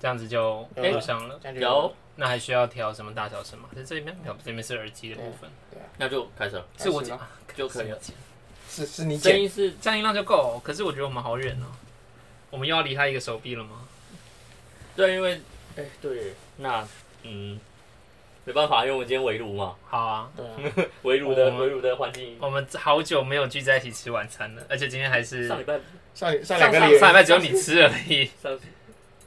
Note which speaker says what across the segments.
Speaker 1: 这样子就
Speaker 2: 有
Speaker 3: 嗯
Speaker 2: 了
Speaker 1: 补上了。
Speaker 2: 这样就
Speaker 3: 有，
Speaker 1: 那还需要调什么大小声吗？在这
Speaker 3: 嗯
Speaker 1: 里面没有，这里面是耳机的部分，
Speaker 3: 那就开始了
Speaker 2: 对
Speaker 1: 是我
Speaker 2: 开始
Speaker 1: 剪
Speaker 2: 吧
Speaker 3: 就可以
Speaker 1: 了
Speaker 3: 了。。
Speaker 2: 是是你
Speaker 3: 声
Speaker 2: 剪，
Speaker 3: 音是
Speaker 1: 这样音量就够。可是我觉得我们好远哦，我们又要离他一个手臂了吗？
Speaker 3: 对，因为哎、对，那嗯，没办法，因为我们今天围炉嘛，
Speaker 1: 好啊，
Speaker 2: 对啊，
Speaker 3: 围炉的
Speaker 1: 哦
Speaker 3: 围炉的环境。
Speaker 1: 我们好久没有聚在一起吃晚餐了，而且今天还是
Speaker 3: 上
Speaker 1: 上
Speaker 3: 礼拜
Speaker 2: 上上
Speaker 3: 上
Speaker 2: 两个
Speaker 3: 礼
Speaker 2: 礼
Speaker 1: 上礼拜只有你吃而已。
Speaker 3: 上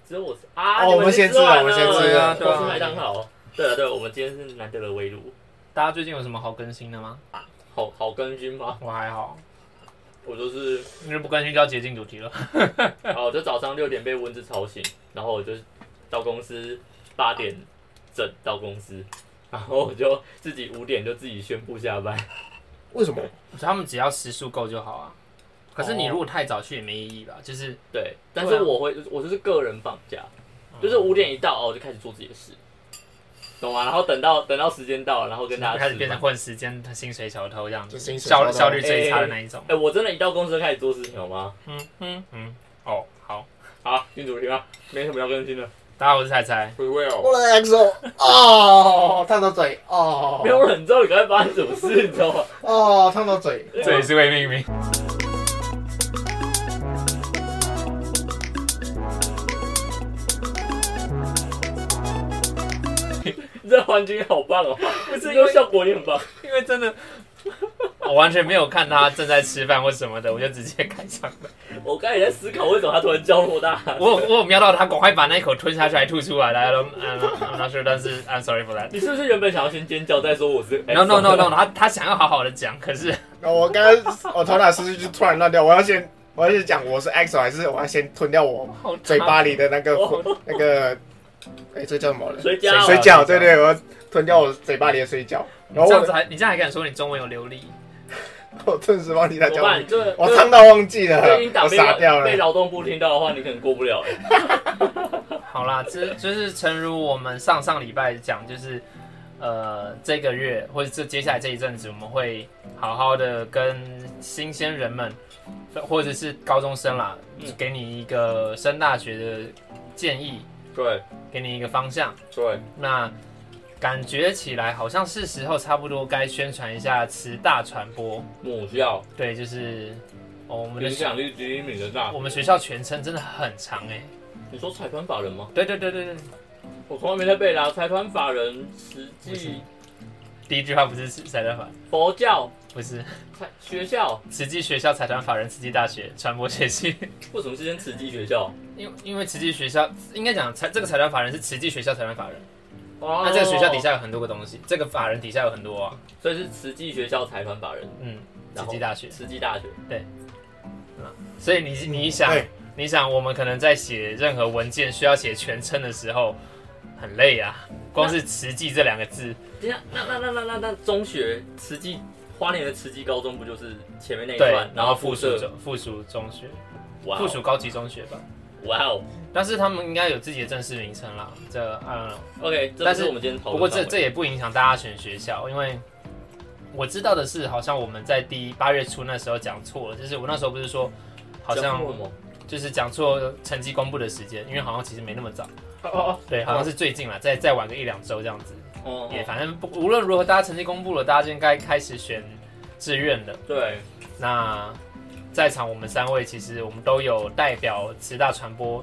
Speaker 3: 只有我吃啊，
Speaker 2: 哦
Speaker 3: 你
Speaker 2: 我们
Speaker 3: 是
Speaker 2: 先吃
Speaker 3: 吃完
Speaker 2: 了我们先吃
Speaker 3: 对啊
Speaker 2: 了
Speaker 3: 对
Speaker 1: 对
Speaker 3: 啊，
Speaker 1: 啊
Speaker 3: 吃麦当劳。对啊对啊，我们今天是难得的围炉，
Speaker 1: 大家最近有什么好更新的吗？
Speaker 3: 好好更新吗？
Speaker 1: 我还好，
Speaker 3: 我就是
Speaker 1: 因为不更新就要接近主题了。
Speaker 3: 啊，我就早上六点被蚊子吵醒，然后我就到公司八点整到公司，然后我就自己五点就自己宣布下班。
Speaker 2: 为什么？
Speaker 1: 我觉得他们只要时速够就好啊。可是
Speaker 3: 哦
Speaker 1: 你如果太早去也没意义吧？就是
Speaker 3: 对，但是我会，我就是个人放假，就是五点一到哦，我就开始做自己的事，懂吗？然后等到等到时间到了，然后跟大家
Speaker 1: 开始
Speaker 3: 吃
Speaker 1: 变成
Speaker 3: 饭
Speaker 1: 混时间、薪水小偷这样子，
Speaker 2: 就薪水小
Speaker 1: 效
Speaker 2: 偷
Speaker 1: 效率最差的那一种。
Speaker 3: 哎、我真的一到公司就开始做事情，好吗？
Speaker 1: 嗯
Speaker 2: 哎
Speaker 1: 嗯嗯，哦，好，
Speaker 3: 好，进主题吧，没什么要更新的。
Speaker 1: 大家好，我是菜菜。
Speaker 3: 不会哦，
Speaker 2: 我的 XO 哦，烫到嘴哦，
Speaker 3: 没有人知道你刚才发生什么事，你知道吗？
Speaker 2: 哦，烫到嘴，
Speaker 1: 这里是未 命名。
Speaker 3: 你这环境好棒哦，不是因为效果也很棒。
Speaker 1: 因为真的， 我完全没有看他正在吃饭或什么的，我就直接开上了。
Speaker 3: 我刚才也在思考，为什么他突然叫那么大？
Speaker 1: 我有我有瞄到他，赶快把那一口吞下去，还吐出来来了。I'm not- 嗯 I'm not sure，但是 I'm sorry for that。
Speaker 3: 你是不是原本想要先尖叫再说我是啊
Speaker 1: No no no no，他他想要好好的讲，可是
Speaker 2: 然后我刚刚我头脑思绪就突然乱掉，我要先我要先讲我是 XO 还是我要先吞掉我
Speaker 1: 好
Speaker 2: 嘴 巴里的那
Speaker 3: 哦
Speaker 2: 个那个，哎，这叫什么了？
Speaker 3: 水饺
Speaker 2: 水饺，对对，我要吞掉我嘴巴里的水饺，
Speaker 1: 你
Speaker 2: 然后
Speaker 1: 这样子
Speaker 2: 我
Speaker 1: 还你这样还敢说你中文有流利？
Speaker 2: 我顿时忘记他
Speaker 3: 怎
Speaker 2: 叫
Speaker 3: 么
Speaker 2: 什
Speaker 3: 办？
Speaker 2: 么
Speaker 3: 你，这
Speaker 2: 我烫到忘记了
Speaker 3: 这音，档
Speaker 2: 我
Speaker 3: 被
Speaker 2: 傻掉
Speaker 3: 被
Speaker 2: 了。
Speaker 3: 劳动部听到的话，你可能过不了。欸
Speaker 1: 好啦，这就是诚如我们上上礼拜讲，就是呃这个月或者这接下来这一阵子，我们会好好的跟新鲜人们，或者是高中生啦，
Speaker 3: 嗯
Speaker 1: 给你一个升大学的建议，
Speaker 3: 对
Speaker 1: 给你一个方向。
Speaker 3: 对，
Speaker 1: 那感觉起来好像是时候差不多该宣传一下慈大传播，
Speaker 3: 母校
Speaker 1: 对，就是、哦、我们的
Speaker 3: 影
Speaker 1: 学
Speaker 3: 响力第一名的大。
Speaker 1: 我们学校全称真的很长哎、
Speaker 3: 你说财团法人吗？
Speaker 1: 对对对对对，
Speaker 3: 我从来没在背啦。财团法人实
Speaker 1: 不是
Speaker 3: 际
Speaker 1: 第一句话不是财团法，
Speaker 3: 佛教
Speaker 1: 不是。
Speaker 3: 财学校，
Speaker 1: 慈济学校财团法人慈济大学传播学系，
Speaker 3: 为什么是间慈济学校？
Speaker 1: 因为因为慈济学校应该讲财这个财团法人是慈济学校财团法人，
Speaker 3: 哦
Speaker 1: 那这个学校底，下有很多个东西，这个法人底下有很多啊，
Speaker 3: 所以是慈济学校财团法人，
Speaker 1: 嗯，慈
Speaker 3: 然后
Speaker 1: 济大学，
Speaker 3: 慈济大学。
Speaker 1: 所以你你想
Speaker 2: 对
Speaker 1: 你想我们可能在写任何文件需要写全称的时候很累啊，光是慈济这两个字，
Speaker 3: 等一下，那那那那那那中学慈济花莲的慈济高中不就是前面那一
Speaker 1: 对
Speaker 3: 段，，
Speaker 1: 然后附属
Speaker 3: 设
Speaker 1: 中附属中学，
Speaker 3: 哇
Speaker 1: 附
Speaker 3: 哦
Speaker 1: 属高级中学吧，
Speaker 3: 哇哦
Speaker 1: 但是他们应该有自己的正式名称啦，这嗯。
Speaker 3: ，OK，这
Speaker 1: 但
Speaker 3: 不
Speaker 1: 是
Speaker 3: 是我们今天讨
Speaker 1: 不
Speaker 3: 论
Speaker 1: 过
Speaker 3: 的范围。
Speaker 1: 这这也不影响大家选学校，因为我知道的是，好像我们在第八月初那时候讲错了，就是我那时候不是说，好像
Speaker 3: 叫什么
Speaker 1: 就是讲错成绩公布的时间，因为好像其实没那么早，
Speaker 3: 哦哦
Speaker 1: 对，好像是最近了，再再晚个一两周这样子，
Speaker 3: 哦哦，
Speaker 1: 也反正不无论如何，大家成绩公布了，大家就应该开始选志愿了。
Speaker 3: 对，
Speaker 1: 那在场我们三位，其实我们都有代表慈大传播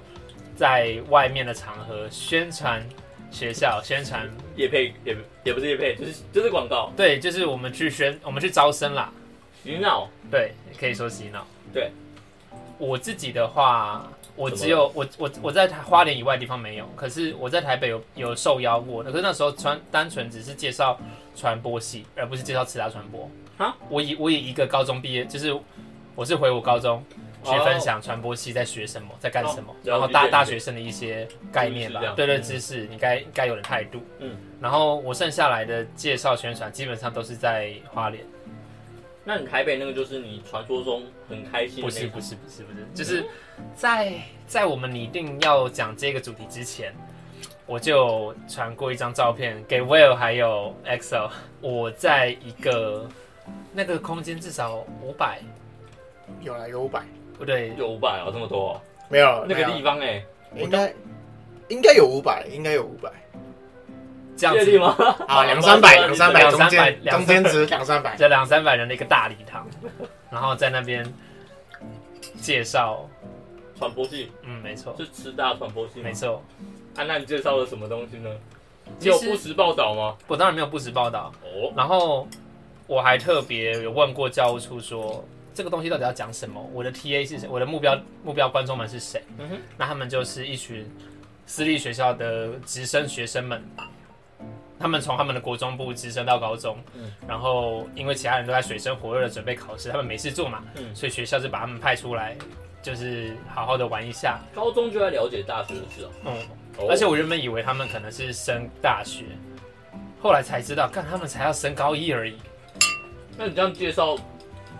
Speaker 1: 在外面的场合宣传学校，宣传
Speaker 3: 叶配也不也不是叶配，就是就是广告，
Speaker 1: 对，就是我们去宣，我们去招生啦，
Speaker 3: 你脑
Speaker 1: 对，可以说洗脑。
Speaker 3: 对，
Speaker 1: 我自己的话，我
Speaker 3: 怎么
Speaker 1: 只有我我我在台花莲以外地方没有，可是我在台北有有受邀过，可是那时候传单纯只是介绍传播系，而不是介绍其他传播。
Speaker 3: 啊，
Speaker 1: 我以我以一个高中毕业，就是我是回我高中去分享传播系在学什么，在干什么，
Speaker 3: 哦
Speaker 1: 然后
Speaker 3: 了解
Speaker 1: 大
Speaker 3: 了解
Speaker 1: 大学生的一些概念吧
Speaker 3: 知识这，样
Speaker 1: 对对，
Speaker 2: 嗯
Speaker 1: 知识你该该有的态度。
Speaker 3: 嗯，
Speaker 1: 然后我剩下来的介绍宣传基本上都是在花莲。
Speaker 3: 那你台北那个就是你传说中很开心的
Speaker 1: 不
Speaker 3: 那
Speaker 1: 是
Speaker 3: 个
Speaker 1: 不是不是不是，就是在在我们拟定要讲这个主题之前，我就传过一张照片给 Will 还有 EXO，我在一个那个空间至少五百，
Speaker 2: 有啦，有五百，
Speaker 1: 不对，
Speaker 3: 有五百啊，这么多哦，
Speaker 2: 没有
Speaker 3: 那个
Speaker 2: 方
Speaker 3: 地方哎，
Speaker 2: 应该应该有五百，应该有五百
Speaker 1: 这样
Speaker 3: 确定
Speaker 1: 子
Speaker 3: 吗？
Speaker 2: 啊，两三百，两三百，
Speaker 1: 两
Speaker 2: 中
Speaker 1: 三百
Speaker 2: 间
Speaker 1: 两
Speaker 2: 中
Speaker 1: 三
Speaker 2: 间值两三百。
Speaker 1: 这两三百人的一个大礼堂，然后在那边介绍，
Speaker 3: 传播系
Speaker 1: 嗯，没错，
Speaker 3: 是师大传播系吗
Speaker 1: 没。错，
Speaker 3: 啊，那你介绍了什么东西呢？你
Speaker 1: 其
Speaker 3: 有
Speaker 1: 实
Speaker 3: 不实报道吗？
Speaker 1: 我当然没有不实报道，
Speaker 3: 哦，
Speaker 1: 然后我还特别有问过教务处说，这个东西到底要讲什么？我的 TA 是谁？我的目标目标观众们是谁？
Speaker 3: 嗯哼
Speaker 1: 那他们就是一群私立学校的直升学生们，他们从他们的国中部直升到高中，
Speaker 3: 嗯
Speaker 1: 然后因为其他人都在水深火热的准备考试，他们没事做嘛，
Speaker 3: 嗯
Speaker 1: 所以学校就把他们派出来，就是好好的玩一下。
Speaker 3: 高中就在了解大学的事哦。
Speaker 1: 嗯，
Speaker 3: 哦
Speaker 1: 而且我原本以为他们可能是升大学，后来才知道，看他们才要升高一而已。
Speaker 3: 那你这样介绍啊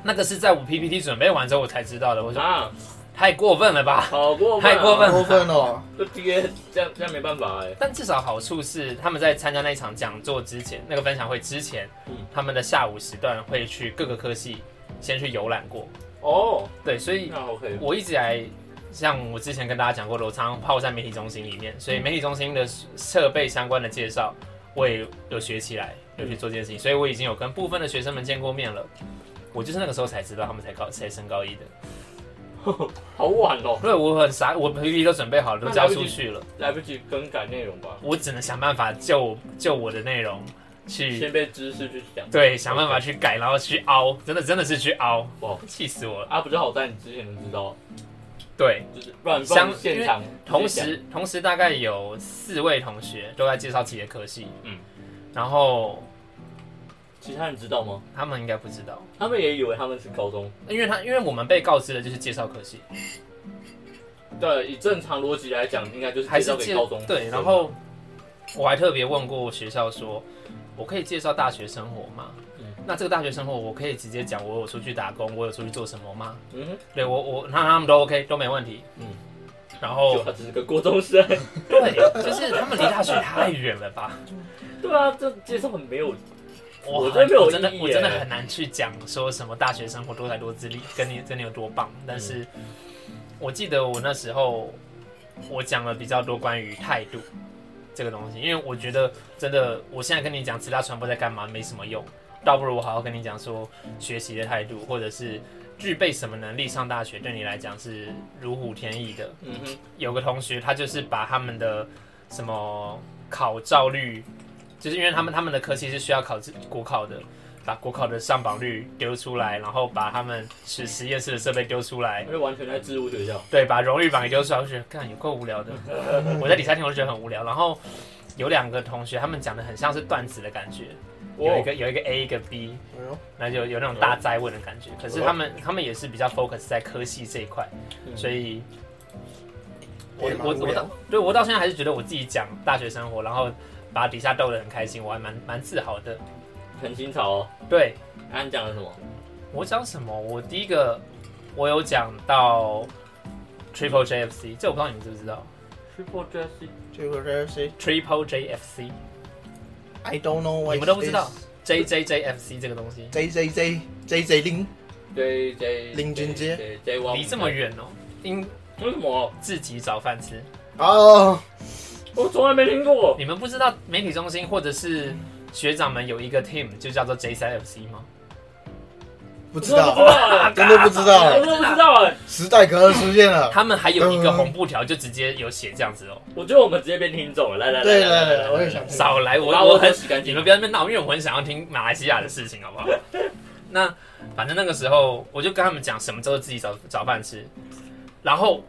Speaker 1: 那个是在我 PPT 准备完之后我才知道的。我说
Speaker 3: 啊，
Speaker 1: 太过分了吧？
Speaker 3: 好过分、啊，
Speaker 1: 太过分
Speaker 2: 过分哦！
Speaker 3: 就爹这样这样没办法哎、
Speaker 1: 但至少好处是，他们在参加那一场讲座之前，那个分享会之前
Speaker 3: 嗯，
Speaker 1: 他们的下午时段会去各个科系先去游览过。
Speaker 3: 哦，
Speaker 1: 对，所以
Speaker 3: 那 OK，
Speaker 1: 我一直来，像我之前跟大家讲过，我常常泡在媒体中心里面，所以媒体中心的设备相关的介绍，我也有学起来，有去做这件事情，所以我已经有跟部分的学生们见过面了。我就是那个时候才知道他们才高才升高一的，
Speaker 3: 好晚哦，
Speaker 1: 对我很傻，我 PPT 都准备好了，都交出去了。
Speaker 3: 来不及更改内容吧？
Speaker 1: 我只能想办法就就我的内容去
Speaker 3: 先被知识去讲
Speaker 1: 对想办法去改，然后去凹，真的真的是去凹，
Speaker 3: 哇
Speaker 1: 哇，气死我了。
Speaker 3: 啊，不就好在你之前能知道，
Speaker 1: 对，
Speaker 3: 就是不然
Speaker 1: 相
Speaker 3: 放现场
Speaker 1: 同
Speaker 3: 直接
Speaker 1: 时同时大概有四位同学都在介绍自己的科系，
Speaker 3: 嗯
Speaker 1: 嗯，然后
Speaker 3: 讲，其他人知道吗？
Speaker 1: 他们应该不知道，
Speaker 3: 他们也以为他们是高中，
Speaker 1: 因为他因为我们被告知的就是介绍科系，
Speaker 3: 对，以正常逻辑来讲，应该就是
Speaker 1: 还
Speaker 3: 介
Speaker 1: 是
Speaker 3: 绍给高中
Speaker 1: 对，然后我还特别问过学校说，我可以介绍大学生活吗？
Speaker 3: 嗯
Speaker 1: 那这个大学生活，我可以直接讲我有出去打工，我有出去做什么吗？
Speaker 3: 嗯哼，
Speaker 1: 对我我那他们都 OK 都没问题，
Speaker 3: 嗯
Speaker 1: 嗯，然
Speaker 3: 就
Speaker 1: 后
Speaker 3: 他只是个国中 生，
Speaker 1: 对，就是他们离大学太远了吧？
Speaker 3: 对啊，这介绍很没有， 我
Speaker 1: 我
Speaker 3: 真的有
Speaker 1: 我真的
Speaker 3: 意义耶
Speaker 1: 我真的很难去讲说什么大学生活多才多姿力跟你跟你有多棒，但是我记得我那时候我讲了比较多关于态度这个东西，因为我觉得真的我现在跟你讲其他传播在干嘛没什么用，倒不如我好好跟你讲说学习的态度或者是。具备什么能力上大学对你来讲是如虎添翼的，
Speaker 3: 嗯哼，
Speaker 1: 有个同学，他就是把他们的什么考照率，就是因为他们他们的科系是需要考自国考的，把国考的上榜率丢出来，然后把他们实实验室的设备丢出来
Speaker 3: 因，为完全在置入学校，
Speaker 1: 对，把荣誉榜也丢出来，我就觉得干有够无聊的。 我在底下听我就觉得很无聊。然后有两个同学，他们讲的很像是段子的感觉，有一个有一个 A 一个 B，
Speaker 2: 哎呦
Speaker 1: 那就有那种大灾问的感觉。可是他们他们也是比较 focus 在科系这一块，
Speaker 3: 嗯
Speaker 1: 所以我
Speaker 2: 也蛮
Speaker 1: 我
Speaker 2: 无
Speaker 1: 我
Speaker 2: 聊
Speaker 1: 到对我到现在还是觉得我自己讲大学生活，然后把底下逗得很开心，我还蛮蛮自豪的。
Speaker 3: 很新潮哦。
Speaker 1: 对
Speaker 3: 啊，你讲了什么？
Speaker 1: 我讲什么？我第一个我有讲到 Triple JFC，这我不知道你们知不知道
Speaker 3: Triple Jesse，
Speaker 2: 这个 JFC
Speaker 1: Triple JFC
Speaker 2: I don't know what
Speaker 1: 你们都不知道 JJJFC 这个东西，
Speaker 2: J J J J J 零
Speaker 3: J J
Speaker 2: 林俊杰
Speaker 3: ，J J 王，
Speaker 1: 离这么远哦，应
Speaker 3: 为什么？
Speaker 1: 自己找饭吃。
Speaker 2: 哦，
Speaker 3: 我从来没听过。
Speaker 1: 你们不知道媒体中心或者是学长们有一个 team 就叫做 J 三 FC 吗？
Speaker 2: 不知
Speaker 3: 我
Speaker 2: 道，
Speaker 3: 真
Speaker 2: 真的不知道
Speaker 3: 的不知道，我真的不知道哎。
Speaker 2: 时代革命出 现了。
Speaker 1: 他们还有一个红布条，就直接有写这样子哦。
Speaker 3: 我觉得我们直接变听众了。来来来，
Speaker 2: 对
Speaker 3: 来
Speaker 2: 来
Speaker 3: 来
Speaker 2: 来，我也想听。
Speaker 1: 少来，我
Speaker 3: 把我
Speaker 1: 我很
Speaker 3: 都洗干净
Speaker 1: 你们不要在那边闹，因为我很想要听马来西亚的事情，好不 好？那反正那个时候我就跟他们讲什么叫做自己找找饭吃，然后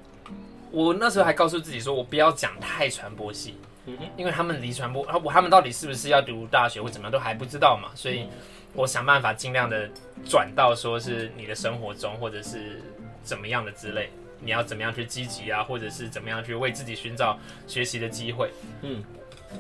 Speaker 1: 我那时候还告诉自己说，我不要讲太传播系，
Speaker 3: 嗯哼
Speaker 1: 因为他们离传播，啊我他们到底是不是要读大学或怎么样都还不知道嘛，所以我想办法尽量的转到说是你的生活中或者是怎么样的之类，你要怎么样去积极啊，或者是怎么样去为自己寻找学习的机会。
Speaker 3: 嗯，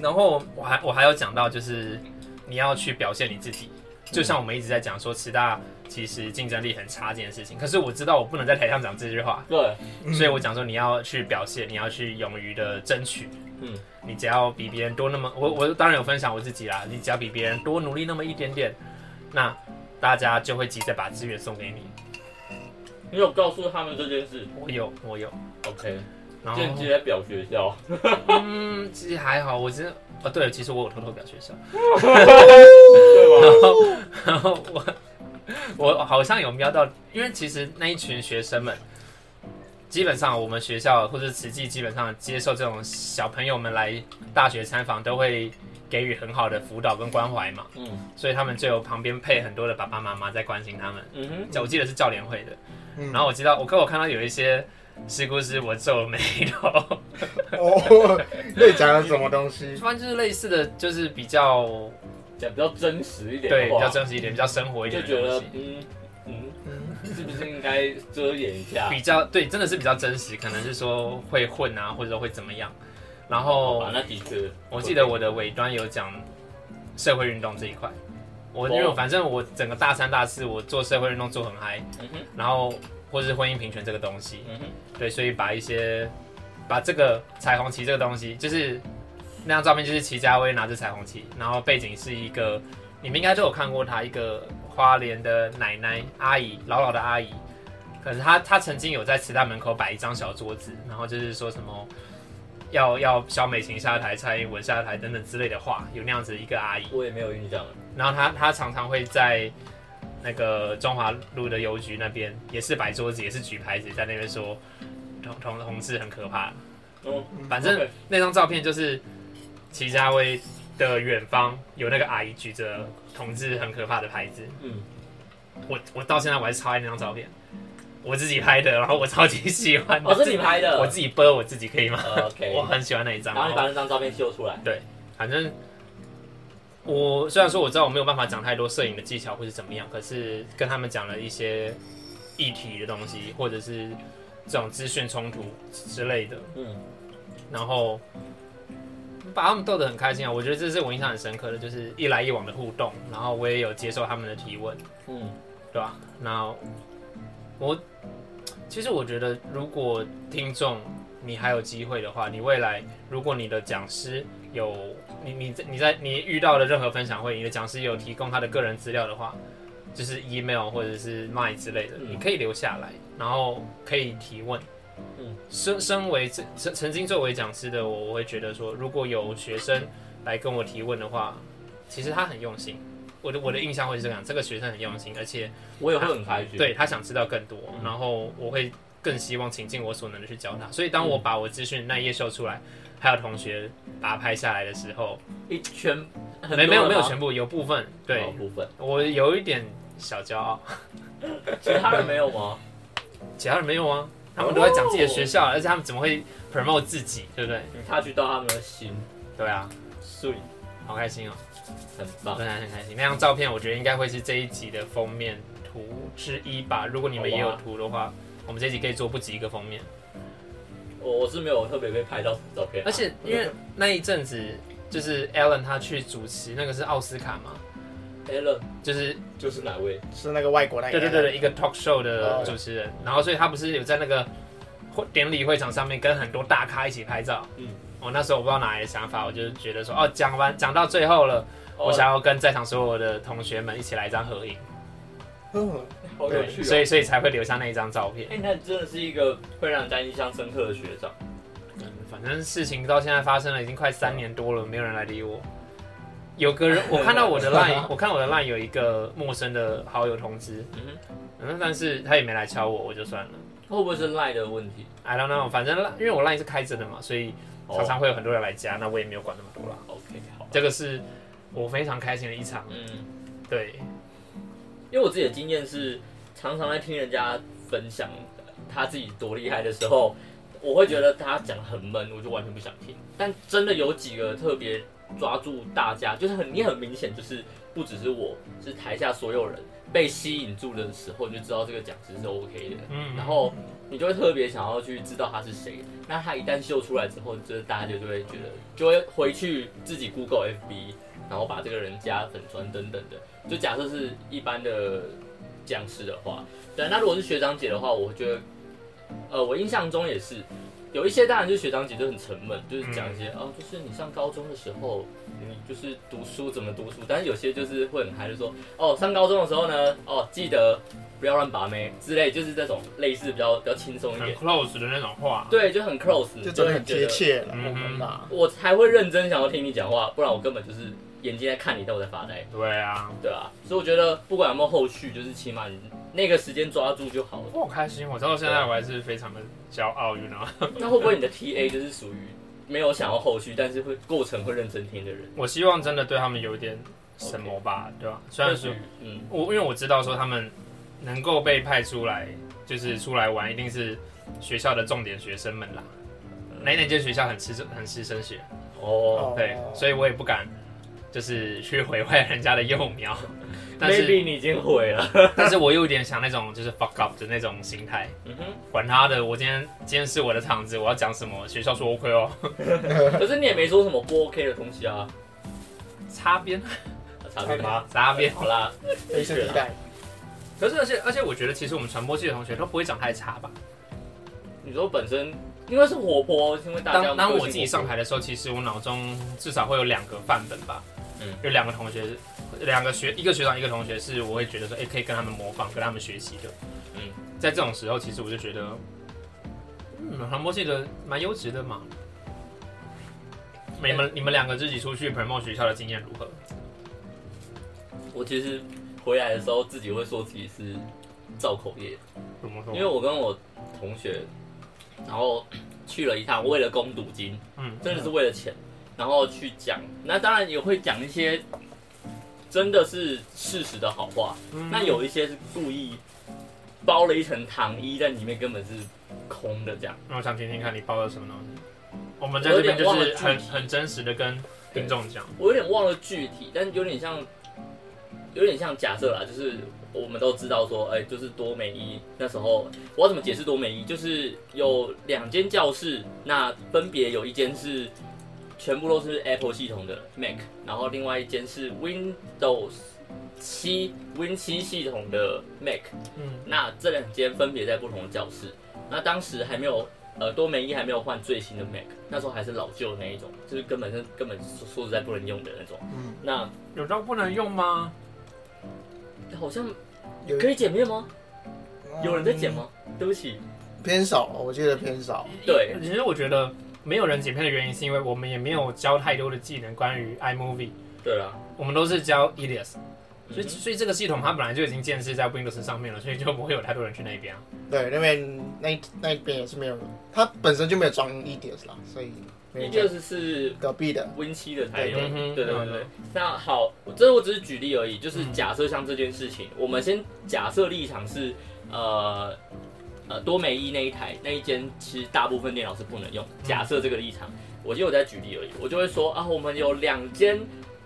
Speaker 1: 然后我还我还有讲到就是你要去表现你自己，就像我们一直在讲说师大其实竞争力很差这件事情，可是我知道我不能在台上讲这句话，
Speaker 3: 对，
Speaker 2: 嗯
Speaker 1: 所以我讲说你要去表现，你要去勇于的争取。
Speaker 3: 嗯，
Speaker 1: 你只要比别人多那么，我我当然有分享我自己啦，你只要比别人多努力那么一点点，那大家就会急着把资源送给你。
Speaker 3: 你有告诉他们这件事
Speaker 1: 我有，我有。
Speaker 3: ？OK，
Speaker 1: 然后
Speaker 3: 就你直接表学 校，
Speaker 1: 嗯，其实还好，我只是哦，对了，其实我有偷偷表学校，
Speaker 3: 对吧？
Speaker 1: 然后我我好像有瞄到，因为其实那一群学生们，基本上我们学校或者慈济基本上接受这种小朋友们来大学参访，都会给予很好的辅导跟关怀嘛，
Speaker 3: 嗯
Speaker 1: 所以他们就有旁边配很多的爸爸妈妈在关心他们。
Speaker 3: 嗯哼，
Speaker 1: 我记得是教联会的，
Speaker 2: 嗯
Speaker 1: 然后我知道我跟我看到有一些师姑师我皱眉头。
Speaker 2: 哦， 那你讲了什么东西？
Speaker 1: 反正就是类似的，就是比较
Speaker 3: 讲比较真实一点
Speaker 1: 对
Speaker 3: 的
Speaker 1: 比较
Speaker 3: 话，
Speaker 1: 真实一点，比较生活一
Speaker 3: 就
Speaker 1: 点的
Speaker 3: 觉
Speaker 1: 东
Speaker 3: 得
Speaker 1: 西，
Speaker 3: 嗯嗯，是不是应该遮掩一 下？
Speaker 1: 比较对，真的是比较真实，可能是说会混啊，或者说会怎么样。然
Speaker 3: 好
Speaker 1: 后
Speaker 3: 啊吧，那的确，
Speaker 1: 我记得我的尾端有讲社会运动这一块，我因为我
Speaker 3: 哦
Speaker 1: 反正我整个大三大四我做社会运动做很嗨，
Speaker 3: 嗯哼
Speaker 1: 然后或是婚姻平权这个东西，
Speaker 3: 嗯哼，
Speaker 1: 对，所以把一些把这个彩虹旗这个东西，就是那张照片就是齐家威拿着彩虹旗，然后背景是一个，你们应该都有看过他一个花莲的奶奶阿姨，老老的阿姨。可是她她曾经有在慈大门口摆一张小桌子，然后就是说什么要要小美琴下台、蔡英文下台等等之类的话，有那样子一个阿姨。
Speaker 3: 我也没有印象了。
Speaker 1: 然后他他常常会在那个中华路的邮局那边，也是摆桌子，也是举牌子，在那边说同同同志很可怕。
Speaker 3: 哦，
Speaker 1: 嗯反正
Speaker 3: OK
Speaker 1: 那张照片就是齐家威的远方有那个阿姨举着同志很可怕的牌子。
Speaker 3: 嗯，
Speaker 1: 我我到现在我还是超爱那张照片，我自己拍的，然后我超级喜欢的。
Speaker 3: 哦，是你拍的，
Speaker 1: 我自己播我自己可以吗？
Speaker 3: 呃 OK，
Speaker 1: 我很喜欢那一张。
Speaker 3: 然后
Speaker 1: 然
Speaker 3: 你
Speaker 1: 后
Speaker 3: 把那张照片秀出来，
Speaker 1: 反正我虽然说我知道我没有办法讲太多摄影的技巧或是怎么样，可是跟他们讲了一些议题的东西，或者是这种资讯冲突之类的，
Speaker 3: 嗯，
Speaker 1: 然后把他们逗得很开心啊！我觉得这是我印象很深刻的，就是一来一往的互动，然后我也有接受他们的提问，
Speaker 3: 嗯，
Speaker 1: 对吧、那我其实我觉得，如果听众你还有机会的话，你未来如果你的讲师有你你在你在你遇到的任何分享会，你的讲师有提供他的个人资料的话，就是 email 或者是 line 之类的，
Speaker 3: 嗯
Speaker 1: 你可以留下来，然后可以提问。
Speaker 3: 嗯，
Speaker 1: 身身为这曾曾经作为讲师的我，我会觉得说，如果有学生来跟我提问的话，其实他很用心。我的我的印象会是这样，这个学生很用心，而且
Speaker 3: 我也会很开心。，
Speaker 1: 对他想知道更多，
Speaker 3: 嗯
Speaker 1: 然后我会更希望倾尽我所能的去教他。所以当我把我资讯那一页秀出来，还有同学把它拍下来的时候，
Speaker 3: 一圈很
Speaker 1: 没没有
Speaker 3: 多人吗
Speaker 1: 没有全部，有部分对、
Speaker 3: 哦部分，
Speaker 1: 我有一点小骄傲，
Speaker 3: 其他人没有吗？
Speaker 1: 其他人没有啊，他们都在讲自己的学
Speaker 3: 哦
Speaker 1: 校，而且他们怎么会 promote 自己，对不对？
Speaker 3: 你 touch 到他们的心，
Speaker 1: 对啊，
Speaker 3: 所以
Speaker 1: 好开心哦，
Speaker 3: 很
Speaker 1: 真
Speaker 3: 棒。
Speaker 1: 的很开心。那张照片我觉得应该会是这一集的封面图之一吧，如果你们也有
Speaker 3: 好啊
Speaker 1: 图的话。我们这一集可以做不止一个封面，
Speaker 3: 我我是没有特别被拍到什么照片啊，
Speaker 1: 而且因为那一阵子就是 Alan 他去主持那个是奥斯卡嘛，
Speaker 3: Alan
Speaker 1: 就是
Speaker 3: 就是哪位？
Speaker 2: 是那个外国那个？
Speaker 1: 对对对对一个 talk show
Speaker 3: 哦
Speaker 1: 的主持人，然后所以他不是有在那个会典礼会场上面跟很多大咖一起拍照。嗯
Speaker 3: 嗯，
Speaker 1: 我那时候我不知道哪来的想法，我就觉得说哦，讲完讲到最后了，我
Speaker 3: 哦
Speaker 1: 想要跟在场所有的同学们一起来一张合影，
Speaker 2: 嗯，
Speaker 3: 好有
Speaker 1: 对，
Speaker 3: 趣哦。
Speaker 1: 所以所以才会留下那一张照片。
Speaker 3: 哎，那真的是一个会让人家印象深刻的学长。
Speaker 1: 嗯反正事情到现在发生了已经快三年多了，没有人来理我。有个人，我看到 我的 line，我看我的 line 有一个陌生的好友通知，
Speaker 3: 嗯
Speaker 1: 嗯，但是他也没来敲我，我就算了。
Speaker 3: 哼，会不会是赖的问题？
Speaker 1: I don't know，反正 line- 因为我 line 是开着的嘛，所以常常会有很多人来加，那我也没有管那么多啦。
Speaker 3: 哦 OK 好，
Speaker 1: 这个是我非常开心的一场，
Speaker 3: 嗯。
Speaker 1: 对，
Speaker 3: 因为我自己的经验是，常常在听人家分享他自己多厉害的时候，我会觉得他讲得很闷，我就完全不想听。但真的有几个特别抓住大家，就是很你很明显就是不只是我，是台下所有人被吸引住的时候，你就知道这个讲师是 OK 的。
Speaker 1: 嗯，
Speaker 3: 然后你就会特别想要去知道他是谁。那他一旦秀出来之后，就是大家就就会觉得，就会回去自己 Google FB，然后把这个人加粉砖等等的。就假设是一般的讲师的话，对，那如果是学长姐的话，我觉得，呃，我印象中也是，有一些当然就是学长姐就很沉闷，就是讲一
Speaker 1: 嗯
Speaker 3: 些、哦，就是你上高中的时候，你就是读书怎么读书，但是有些就是会很嗨，就说哦，上高中的时候呢，哦，记得不要乱把妹之类，就是这种类似比较比较轻松一
Speaker 1: 很
Speaker 3: 点，
Speaker 1: close 的那种话，
Speaker 3: 对，就很 close，
Speaker 2: 就真的很
Speaker 3: 就会
Speaker 2: 贴
Speaker 3: 觉得
Speaker 2: 切了，
Speaker 1: 嗯
Speaker 2: 我们啦，
Speaker 3: 我才会认真想要听你讲话，不然我根本就是眼睛在看你，但我在发呆，
Speaker 1: 对啊，
Speaker 3: 对啊，所以我觉得不管有没有后续，就是起码你那个时间抓住就好了。
Speaker 1: 我好开心，我到现在我还是非常的骄傲，you know。
Speaker 3: 那会不会你的 TA 就是属于没有想要后续，但是会过程会认真听的人？
Speaker 1: 我希望真的对他们有一点什么吧，对吧？虽然说
Speaker 3: 会属于，嗯，
Speaker 1: 我因为我知道说他们能够被派出来，就是出来玩，一定是学校的重点学生们啦。哪哪间学校很吃很吃升学，
Speaker 3: 嗯哦
Speaker 2: 哦
Speaker 1: 对，所以我也不敢就是去毁坏人家的幼 苗。但是
Speaker 3: ，maybe 你已经毁了。
Speaker 1: 但是我有点想那种就是 fuck up 的那种心态，
Speaker 3: 嗯哼，
Speaker 1: 管他的，我今天今天是我的场子，我要讲什么，学校说 OK 哦，
Speaker 3: 可是你也没说什么不 OK 的东西啊，
Speaker 1: 擦边
Speaker 3: 差别吗？
Speaker 1: 擦边。
Speaker 3: 好啦，
Speaker 2: 灰
Speaker 1: 啊
Speaker 2: 色地带，
Speaker 1: 可是而且而且我觉得其实我们传播系的同学都不会讲太差吧。
Speaker 3: 你说本身因为是活泼，因为大家
Speaker 1: 当当
Speaker 3: 个性
Speaker 1: 我自己上
Speaker 3: 活
Speaker 1: 台的时候，其实我脑中至少会有两个范本吧，
Speaker 3: 嗯
Speaker 1: 有两个同学，两个学一个学长一个同学是我会觉得说，哎、可以跟他们模仿，跟他们学习的，
Speaker 3: 嗯
Speaker 1: 在这种时候，其实我就觉得，嗯，传播系的蛮优质的嘛。你们你们两个自己出去 promote 学校的经验如何？
Speaker 3: 泼，我其实回来的时候自己会说自己是造口业，
Speaker 1: 怎么
Speaker 3: 因为
Speaker 1: 说？
Speaker 3: 我跟我同学，然后去了一趟，为了攻读金，
Speaker 1: 嗯，
Speaker 3: 真的是为了钱，然后去讲。那当然也会讲一些真的是事实的好话，
Speaker 1: 嗯
Speaker 3: 那有一些是故意包了一层糖衣，但里面根本是空的这样。
Speaker 1: 那我想听听看你包了什么东西。我们在这
Speaker 3: 我有
Speaker 1: 边
Speaker 3: 点
Speaker 1: 就
Speaker 3: 忘了
Speaker 1: 是
Speaker 3: 具
Speaker 1: 很
Speaker 3: 体
Speaker 1: 很真实的跟听众讲，
Speaker 3: 我有点忘了具体，但有点像，有点像假设啦，就是我们都知道说，哎、就是多美一那时候，我要怎么解释多美一？就是有两间教室，那分别有一间是全部都是 Apple 系统的 Mac，然后另外一间是 Windows 七 Win 七系统的 Mac，
Speaker 1: 嗯，
Speaker 3: 那这两间分别在不同的教室。那当时还没有，呃，多媒一还没有换最新的 Mac，那时候还是老旧的那一种，就是根本是根本说说实在不能用的那种。
Speaker 2: 嗯，
Speaker 3: 那
Speaker 1: 有到不能用吗？
Speaker 3: 好像
Speaker 2: 有
Speaker 3: 可以剪面吗？有人在剪
Speaker 2: 嗯
Speaker 3: 吗？对不起，
Speaker 2: 偏少，我记得偏少，
Speaker 3: 对
Speaker 1: 其实我觉得没有人剪片的原因，是因为我们也没有教太多的技能关于 iMovie，
Speaker 3: 对了，
Speaker 1: 我们都是教 Elias，所以、
Speaker 3: 嗯哼
Speaker 1: 所以这个系统它本来就已经建设在 Windows 上面了，所以就不会有太多人去那边啊。
Speaker 2: 对，那边那那边也是没有人，他本身就没有装 EDS 啦，所以没
Speaker 3: 一
Speaker 2: 有讲
Speaker 3: 就是是
Speaker 2: 隔壁的，
Speaker 3: Win 七的才有。
Speaker 1: 嗯哼
Speaker 3: 对对对
Speaker 1: 嗯
Speaker 3: 对，那好，这我只是举例而已，就是假设像这件事情，我们先假设立场是，呃呃，多媒一那一台那一间，其实大部分电脑是不能用。假设这个立场，我就有在举例而已，我就会说啊，我们有两间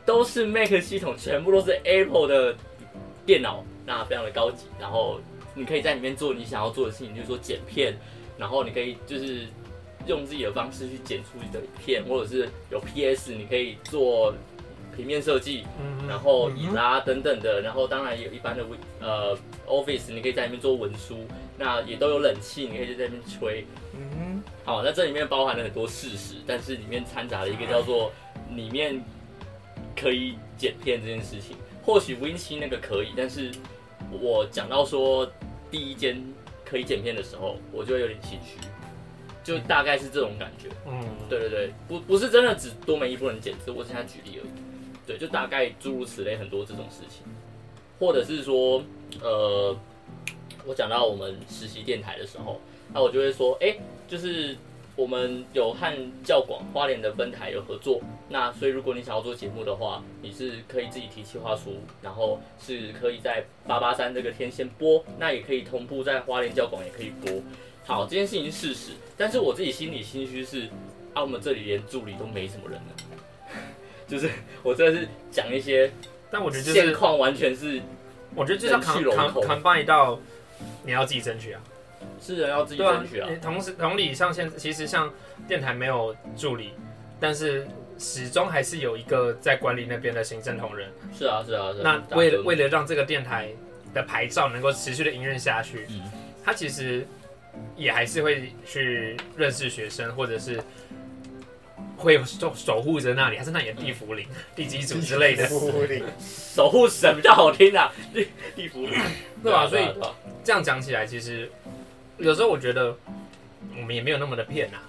Speaker 3: 都是 Mac 系统，全部都是 Apple 的电脑，那非常的高级，然后你可以在里面做你想要做的事情，就是说剪片，然后你可以就是用自己的方式去剪出你的片，或者是有 PS，你可以做平面设计，
Speaker 1: 嗯
Speaker 3: 然后椅子啊等等的，然后当然也有一般的 Win- 呃 Office，你可以在里面做文书，那也都有冷气，你可以在里面吹。
Speaker 2: 嗯
Speaker 3: 好，那这里面包含了很多事实，但是里面掺杂了一个叫做里面可以剪片这件事情。或许 Win 七那个可以，但是我讲到说第一间可以剪片的时候，我就会有点心虚，就大概是这种感觉。
Speaker 1: 嗯，
Speaker 3: 对对对，不不是真的只多媒一不能剪，只是我现在举例而已。对，就大概诸如此类很多这种事情，或者是说，呃，我讲到我们实习电台的时候，那我就会说，哎、就是我们有和教广花莲的分台有合作，那所以如果你想要做节目的话，你是可以自己提企划书，然后是可以在八八三这个天先播，那也可以同步在花莲教广也可以播。好，这件事情是事实，但是我自己心里心虚是，啊，我们这里连助理都没什么人了，就是我真的是讲一些
Speaker 1: 但我觉得就
Speaker 3: 现
Speaker 1: 是，
Speaker 3: 况，完全是
Speaker 1: 我觉得就是要
Speaker 3: 人气
Speaker 1: con
Speaker 3: 龙
Speaker 1: con
Speaker 3: 头
Speaker 1: combine 到你要自己争取啊，
Speaker 3: 是人要自己
Speaker 1: 对啊
Speaker 3: 争取啊，。
Speaker 1: 同时同理，像现其实像电台没有助理，但是始终还是有一个在管理那边的行政同仁。
Speaker 3: 是啊是啊是
Speaker 1: 那
Speaker 3: 啊。
Speaker 1: 为了
Speaker 3: 大哥
Speaker 1: 为了让这个电台的牌照能够持续的营运下去，
Speaker 3: 嗯
Speaker 1: 它其实也还是会去认识学生，或者是会守守护着那里，还是那里的地府灵、 地基
Speaker 2: 嗯
Speaker 1: 组之类 的，
Speaker 2: 福利
Speaker 3: 守护神比较好听啊，地地府
Speaker 1: 对吧？所以
Speaker 3: 对啊
Speaker 1: 这样讲起来，其实有时候我觉得我们也没有那么的骗啊。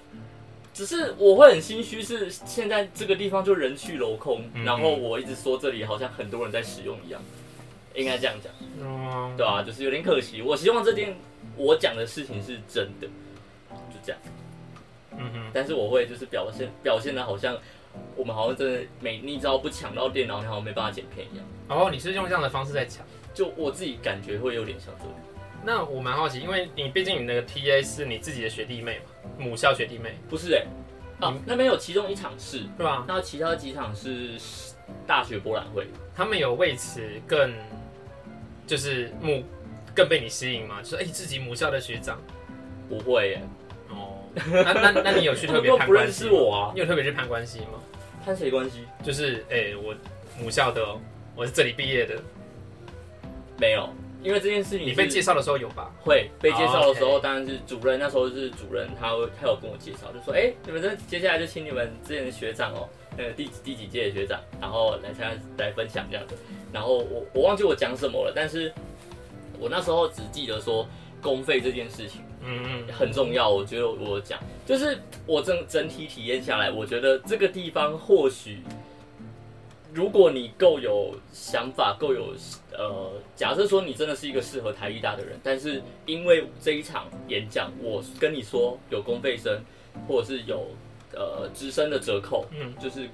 Speaker 3: 只是我会很心虚，是现在这个地方就人去楼空，
Speaker 1: 嗯
Speaker 3: 然后我一直说这里好像很多人在使用一样，应该这样讲，
Speaker 1: 嗯，
Speaker 3: 对啊，就是有点可惜。我希望这件我讲的事情是真的，就这样。
Speaker 1: 嗯哼，
Speaker 3: 但是我会就是表现表现的好像我们好像真的每你只要不抢到电脑，你好像没办法剪片一样。
Speaker 1: 然后你是用这样的方式在讲。
Speaker 3: 就我自己感觉会有点像这样。
Speaker 1: 那我蛮好奇，因为你毕竟你那个 TA 是你自己的学弟妹嘛，母校学弟妹，
Speaker 3: 不是哎、啊
Speaker 1: 嗯，
Speaker 3: 那边有其中一场是，
Speaker 1: 对吧？
Speaker 3: 那其他几场是大学博览会。
Speaker 1: 他们有为此更就是目更被你吸引吗？就是哎、自己母校的学长
Speaker 3: 不会欸耶，
Speaker 1: 哦，那那那你有去 特
Speaker 3: 他们
Speaker 1: 别
Speaker 3: 又
Speaker 1: 攀
Speaker 3: 不认
Speaker 1: 关系
Speaker 3: 识
Speaker 1: 吗？
Speaker 3: 我啊，
Speaker 1: 你有特别去攀关系吗？
Speaker 3: 攀谁关系？
Speaker 1: 就是哎、我母校的哦，我是这里毕业的。
Speaker 3: 没有，因为这件事情
Speaker 1: 你被
Speaker 3: 是
Speaker 1: 介绍的时候有吧？
Speaker 3: 会被介绍的时
Speaker 1: 哦
Speaker 3: 候，
Speaker 1: ，OK
Speaker 3: 当然是主任，那时候是主任，他会他有跟我介绍，就说，哎、你们这接下来就请你们之前的学长哦，呃，第第几届的学长，然后来参加来分享这样子。然后我我忘记我讲什么了，但是我那时候只记得说公费这件事情。
Speaker 1: 嗯嗯，
Speaker 3: 很重要，我觉得我讲，就是我整整体体验下来，我觉得这个地方或许，如果你够有想法，够有呃，假设说你真的是一个适合台艺大的人，但是因为这一场演讲，我跟你说有公费生，或者是有呃直升的折扣，
Speaker 1: 嗯，
Speaker 3: 就是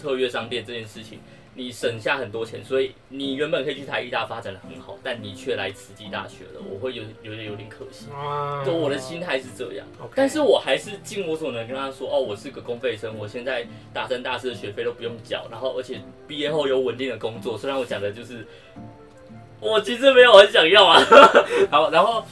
Speaker 3: 特约商店这件事情。你省下很多钱，所以你原本可以去台艺大发展的很好，但你却来慈济大学了，我会有有点有点可惜。
Speaker 1: 哇
Speaker 3: 就我的心态是这样，
Speaker 1: 啊嗯 OK
Speaker 3: 但是我还是尽我所能跟他说，哦，我是个公费
Speaker 1: 嗯
Speaker 3: 生，我现在大三、大四的学费都不用缴，然后而且毕业后有稳定的工作。虽然我讲的就是，我其实没有很想要啊。 好，然后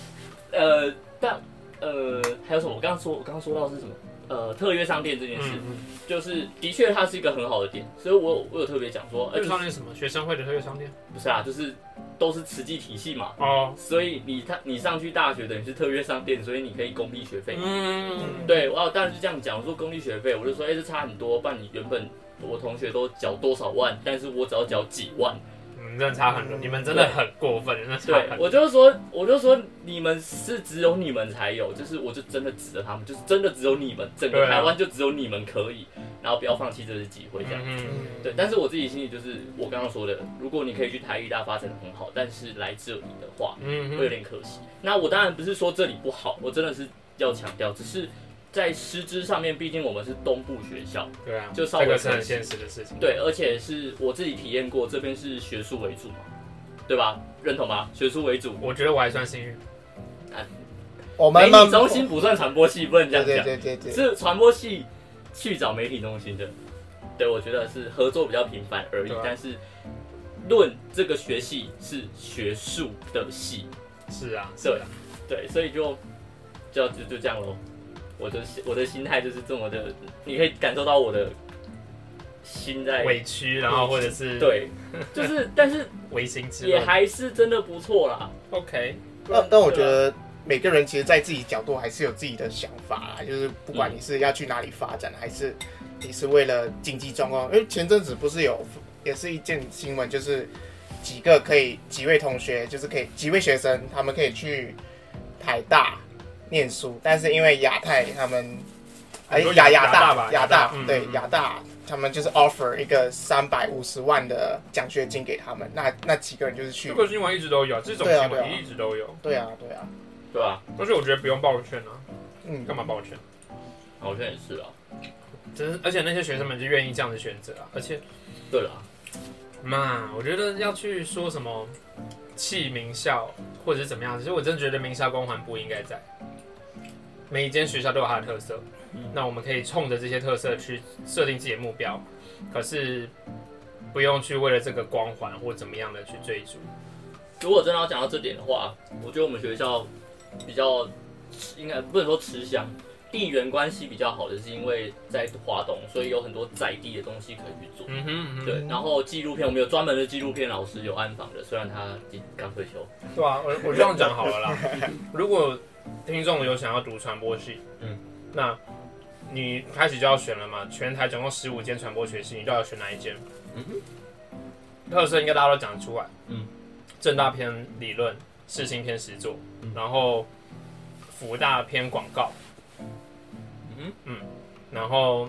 Speaker 3: 呃，但呃，还有什么？我刚刚说，我刚刚说到是什么？呃，特约商店这件事，
Speaker 1: 嗯嗯，
Speaker 3: 就是的确它是一个很好的点，所以我有我有特别讲说，
Speaker 1: 特
Speaker 3: 呃，
Speaker 1: 约
Speaker 3: 就
Speaker 1: 商
Speaker 3: 是
Speaker 1: 店是什么？学生会的特约商店
Speaker 3: 不是啊，就是都是慈济体系嘛。
Speaker 1: 哦，
Speaker 3: 所以你他你上去大学等于是特约商店，所以你可以公立学费，
Speaker 1: 嗯，
Speaker 3: 对，我当然是这样讲，我说公立学费，我就说，哎、这差很多，不然你原本我同学都缴多少万，但是我只要缴几 万，
Speaker 1: 你们嗯真的差很多，你们真的很过分，真的差
Speaker 3: 对
Speaker 1: 很多。
Speaker 3: 我就是说，我就说你们是只有你们才有，就是我就真的指着他们，就是真的只有你们，整
Speaker 1: 对
Speaker 3: 个
Speaker 1: 啊
Speaker 3: 台湾就只有你们可以，然后不要放弃这次机会，这样。
Speaker 1: 嗯嗯，
Speaker 3: 对，但是我自己心里就是我刚刚说的，如果你可以去台艺大发展的很好，但是来这里的话，
Speaker 1: 嗯
Speaker 3: 会有点可惜。那我当然不是说这里不好，我真的是要强调，只是在师资上面，毕竟我们是东部学校，
Speaker 1: 对啊，
Speaker 3: 就稍微
Speaker 1: 这个是很现实的事情。
Speaker 3: 对，而且是我自己体验过，这边是学术为主嘛，对吧？认同吧？学术为主，
Speaker 1: 我觉得我还算幸运。
Speaker 2: 我
Speaker 3: 媒
Speaker 2: 们
Speaker 3: 体中心不算传播系，不能这
Speaker 2: 对
Speaker 3: 样
Speaker 2: 对
Speaker 3: 讲，
Speaker 2: 对对对，
Speaker 3: 是传播系去找媒体中心的。对，我觉得是合作比较频繁而已，
Speaker 1: 对啊
Speaker 3: 但是论这个学系是学术的系，
Speaker 1: 是啊，是
Speaker 3: 对
Speaker 1: 啊，
Speaker 3: 对，所以就就就就这样咯。我的我的心态就是这么的，你可以感受到我的心在
Speaker 1: 委屈，然后或者是
Speaker 3: 对，就是但是
Speaker 1: 违心之
Speaker 3: 也
Speaker 1: 论。
Speaker 3: 还是真的不错啦。啊
Speaker 1: OK，
Speaker 2: 但但我觉得每个人其实，在自己角度还是有自己的想法啦，就是不管你是要去哪里发展，还是你是为了经济状况，因为前阵子不是有也是一件新闻，就是几个可以几位同学，就是可以几位学生，他们可以去台大念书，但是因为亚太他们，哎
Speaker 1: 你说
Speaker 2: 亚
Speaker 1: 亚
Speaker 2: 亚
Speaker 1: 大
Speaker 2: 大
Speaker 1: 吧
Speaker 2: 亚大
Speaker 1: 亚大嗯
Speaker 2: 对
Speaker 1: 嗯
Speaker 2: 亚大。他们就是 offer 一个三百五十万的奖学金给他们，那那几个人就是去
Speaker 1: 这，个新闻一直都有，这种
Speaker 2: 对啊
Speaker 1: 新
Speaker 2: 对啊
Speaker 1: 闻一直都有，
Speaker 2: 对啊对啊，
Speaker 3: 对吧、
Speaker 1: 但是我觉得不用抱歉啊，
Speaker 2: 嗯，
Speaker 1: 干嘛抱歉？
Speaker 3: 好像也是啊。
Speaker 1: 真是，而且那些学生们就愿意这样的选择啊，而且
Speaker 3: 对啦，
Speaker 1: 嘛，我觉得要去说什么弃名校或者是怎么样，其实我真的觉得名校光环不应该在。每一间学校都有它的特色，
Speaker 3: 嗯
Speaker 1: 那我们可以冲着这些特色去设定自己的目标，可是不用去为了这个光环或怎么样的去追逐。
Speaker 3: 如果真的要讲到这点的话，我觉得我们学校比较吃应该不能说吃香，地缘关系比较好的是因为在华东，所以有很多在地的东西可以去做。
Speaker 1: 嗯哼，嗯哼
Speaker 3: 对，然后纪录片我们有专门的纪录片老师有暗访的，虽然他已经刚退休。
Speaker 1: 对啊，我我这样讲好了 啦。如果听众有想要读传播系，嗯
Speaker 3: 嗯，
Speaker 1: 那你开始就要选了嘛。全台总共十五间传播学系，你到底要选哪一间？
Speaker 3: 嗯
Speaker 1: 特色应该大家都讲得出来。嗯
Speaker 3: 嗯，
Speaker 1: 正大偏理论，世新偏实作，
Speaker 3: 嗯
Speaker 1: 然后福大偏广告，
Speaker 3: 嗯
Speaker 1: 然后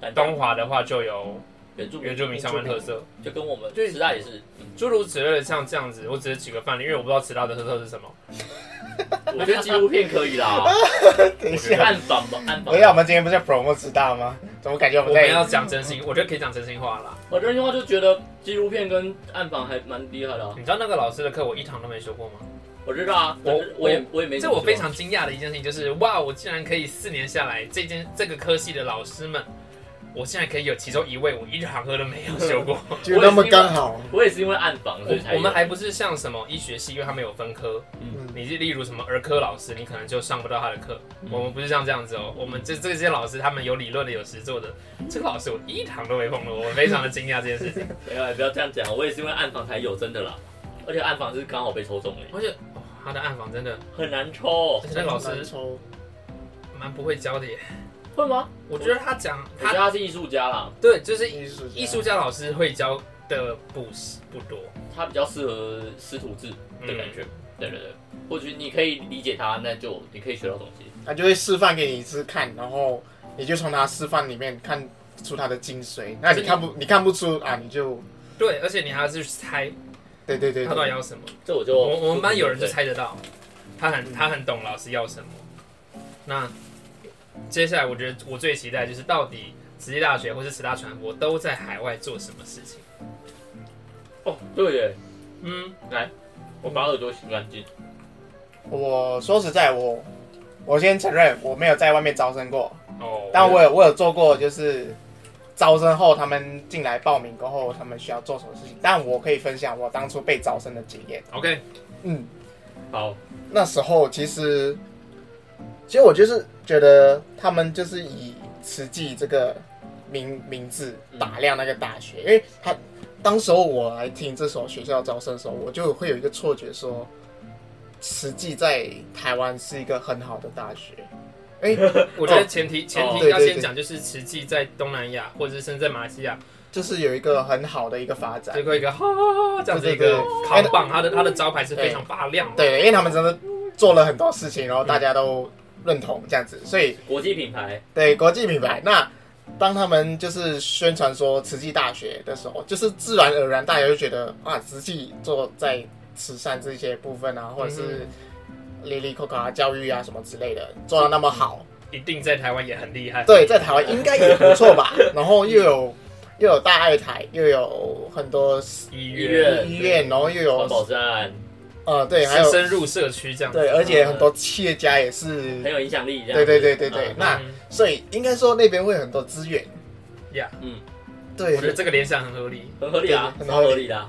Speaker 3: 但
Speaker 1: 东华的话就有
Speaker 3: 原住民
Speaker 1: 原住民相关特色，
Speaker 3: 就跟我们
Speaker 1: 对
Speaker 3: 时代也是，嗯
Speaker 1: 诸如此类的，像这样子。我只是举个范例，因为我不知道其他的特色是什么。
Speaker 3: 我觉得纪录片可以 啦，
Speaker 2: 等一
Speaker 1: 我觉得
Speaker 2: 下，
Speaker 3: 暗访吧，暗访
Speaker 2: 等一。下，我们今天不是在 promo 知道吗？怎么感觉我
Speaker 1: 我
Speaker 2: 们
Speaker 1: 们
Speaker 2: 在
Speaker 1: 要讲真心，我觉得可以讲真心话啦。
Speaker 3: 我这句话就觉得纪录片跟暗访还蛮厉害的、啊。
Speaker 1: 你知道那个老师的课我一堂都没修过吗？
Speaker 3: 我知道啊，
Speaker 1: 我
Speaker 3: 我我也我也没怎
Speaker 1: 这
Speaker 3: 么
Speaker 1: 我
Speaker 3: 说
Speaker 1: 非常惊讶的一件事情就是，哇，我竟然可以四年下来，这间这个科系的老师们，我现在可以有其中一位我一堂课都没有修过。
Speaker 2: 就那么刚好？
Speaker 3: 嗯我也是因为暗访所以才
Speaker 1: 我
Speaker 3: 有
Speaker 1: 我们还不是像什么医学系，因为他们有分科，
Speaker 2: 嗯
Speaker 1: 你是例如什么儿科老师，你可能就上不到他的课。
Speaker 3: 嗯
Speaker 1: 我们不是像这样子哦，我们这这些老师他们有理论的，有实作的，这个老师我一堂都没碰过，我非常的惊讶这件事情。
Speaker 3: 没有啊不要这样讲，我也是因为暗访才有真的啦，而且暗访是刚好被抽中了，
Speaker 1: 而且、哦、他的暗访真的，
Speaker 3: 很难抽哦
Speaker 1: 而，且那个老
Speaker 2: 很难
Speaker 1: 师
Speaker 2: 抽
Speaker 1: 蛮不会教的耶。
Speaker 3: 会吗？
Speaker 1: 我觉得他讲
Speaker 3: 我觉得
Speaker 1: 他
Speaker 3: 他是艺术家啦，
Speaker 1: 对，就是
Speaker 2: 艺术
Speaker 1: 艺术家老师会教的不是不多，
Speaker 3: 他比较适合师徒制的感觉，
Speaker 1: 嗯
Speaker 3: 对对对，或许你可以理解他，那就你可以学到东西。
Speaker 2: 他就会示范给你一次看，然后你就从他示范里面看出他的精髓。那你看不你看不出啊，你就
Speaker 1: 对，而且你还要去猜
Speaker 2: 对对对
Speaker 1: 他到底
Speaker 2: 对，
Speaker 1: 要什么。
Speaker 3: 这我就
Speaker 1: 我我们班有人就
Speaker 3: 对
Speaker 1: 猜得到，他很他很懂老师要什么。那接下来我觉得我最期待就是到底职业大学或是十大传播都在海外做什么事情。
Speaker 3: 哦，对耶，
Speaker 1: 嗯，
Speaker 3: 我把耳朵洗干净。
Speaker 2: 我说实在，我我先承认我没有在外面招生过，
Speaker 1: 哦，
Speaker 2: 但我有我有做过，就是招生后他们进来报名过后，他们需要做什么事情。但我可以分享我当初被招生的经验。
Speaker 1: OK，
Speaker 2: 嗯，
Speaker 3: 好，
Speaker 2: 那时候其实，其实我就是觉得他们就是以慈济这个名名字打量那个大学，因为他当时候我来听这所学校招生的时候，我就会有一个错觉说，慈济在台湾是一个很好的大学。哎、
Speaker 1: 我觉得前提前
Speaker 3: 哦
Speaker 1: 提
Speaker 2: 对
Speaker 1: 要
Speaker 2: 对
Speaker 1: 先
Speaker 2: 对
Speaker 1: 讲，就是实际在东南亚或者是甚至在马来西亚，
Speaker 2: 就是有一个很好的一个发展
Speaker 1: 最。后一个哈哈哈这样子一
Speaker 2: 对对
Speaker 1: 个
Speaker 2: 对
Speaker 1: 扛棒，他的他的招牌是非常发亮的。
Speaker 2: 对，因为他们真的做了很多事情，然后大家都认同这样子，所以
Speaker 3: 国际品牌，
Speaker 2: 对国际品牌。那当他们就是宣传说慈济大学的时候，就是自然而然大家就觉得啊，慈济做在慈善这些部分啊，或者是里里扣扣啊、教育啊什么之类的，做的那么好，
Speaker 1: 一定在台湾也很厉害。
Speaker 2: 对，在台湾应该也不错吧。然后又有又有大爱台，又有很多
Speaker 1: 医
Speaker 3: 医院
Speaker 1: 院，
Speaker 2: 医院，然后又
Speaker 1: 哦
Speaker 3: 环保
Speaker 2: 有
Speaker 3: 站，
Speaker 2: 呃对，还
Speaker 1: 深
Speaker 2: 有
Speaker 1: 深入社区这样子。
Speaker 2: 对，而且很多企业家也是
Speaker 3: 很有影响力。这样
Speaker 2: 对对对对对
Speaker 3: 嗯，
Speaker 2: 那所以应该说那边会有很多资源。
Speaker 1: 呀
Speaker 3: 嗯，
Speaker 1: 我
Speaker 2: 对
Speaker 1: 觉，得这个联想很合理。
Speaker 3: 很合理啊，
Speaker 2: 对
Speaker 3: 很
Speaker 2: 很合理
Speaker 3: 合理啦。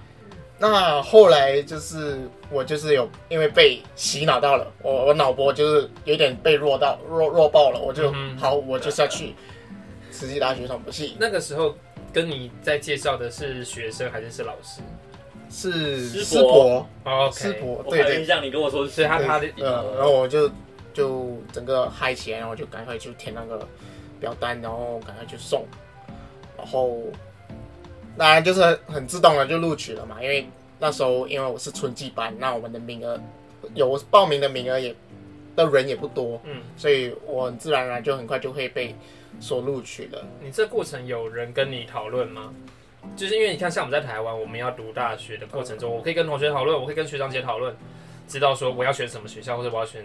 Speaker 2: 那后来就是我就是有因为被洗脑到了，我我脑波就是有点被弱到弱弱爆了，我就、
Speaker 1: 嗯哼
Speaker 2: 好，我就是要去慈济大学传播系，
Speaker 1: 那个时候跟你在介绍的是学生还是是老师
Speaker 2: 是
Speaker 3: 师
Speaker 2: 师
Speaker 3: 伯
Speaker 2: 伯
Speaker 1: 哦
Speaker 2: 师
Speaker 1: ？OK，
Speaker 2: 伯，
Speaker 3: 我
Speaker 2: 对
Speaker 3: 还有
Speaker 2: 对
Speaker 3: 印象，你跟我说
Speaker 1: 所以
Speaker 3: 是
Speaker 1: 他
Speaker 2: 对
Speaker 1: 他的
Speaker 2: 呃，然后我就就整个嗨起来，然后就赶快去填那个表单，然后赶快去送，然后当然就是很很自动的就录取了嘛，因为那时候因为我是春季班，那我们的名额有报名的名额也的人也不多，
Speaker 1: 嗯，
Speaker 2: 所以我很自然而然就很快就会被所录取了。
Speaker 1: 你这过程有人跟你讨论吗？就是因为你看，像我们在台湾，我们要读大学的过程中，我可以跟同学讨论，我可以跟学长姐讨论，知道说我要选什么学校，或者我要选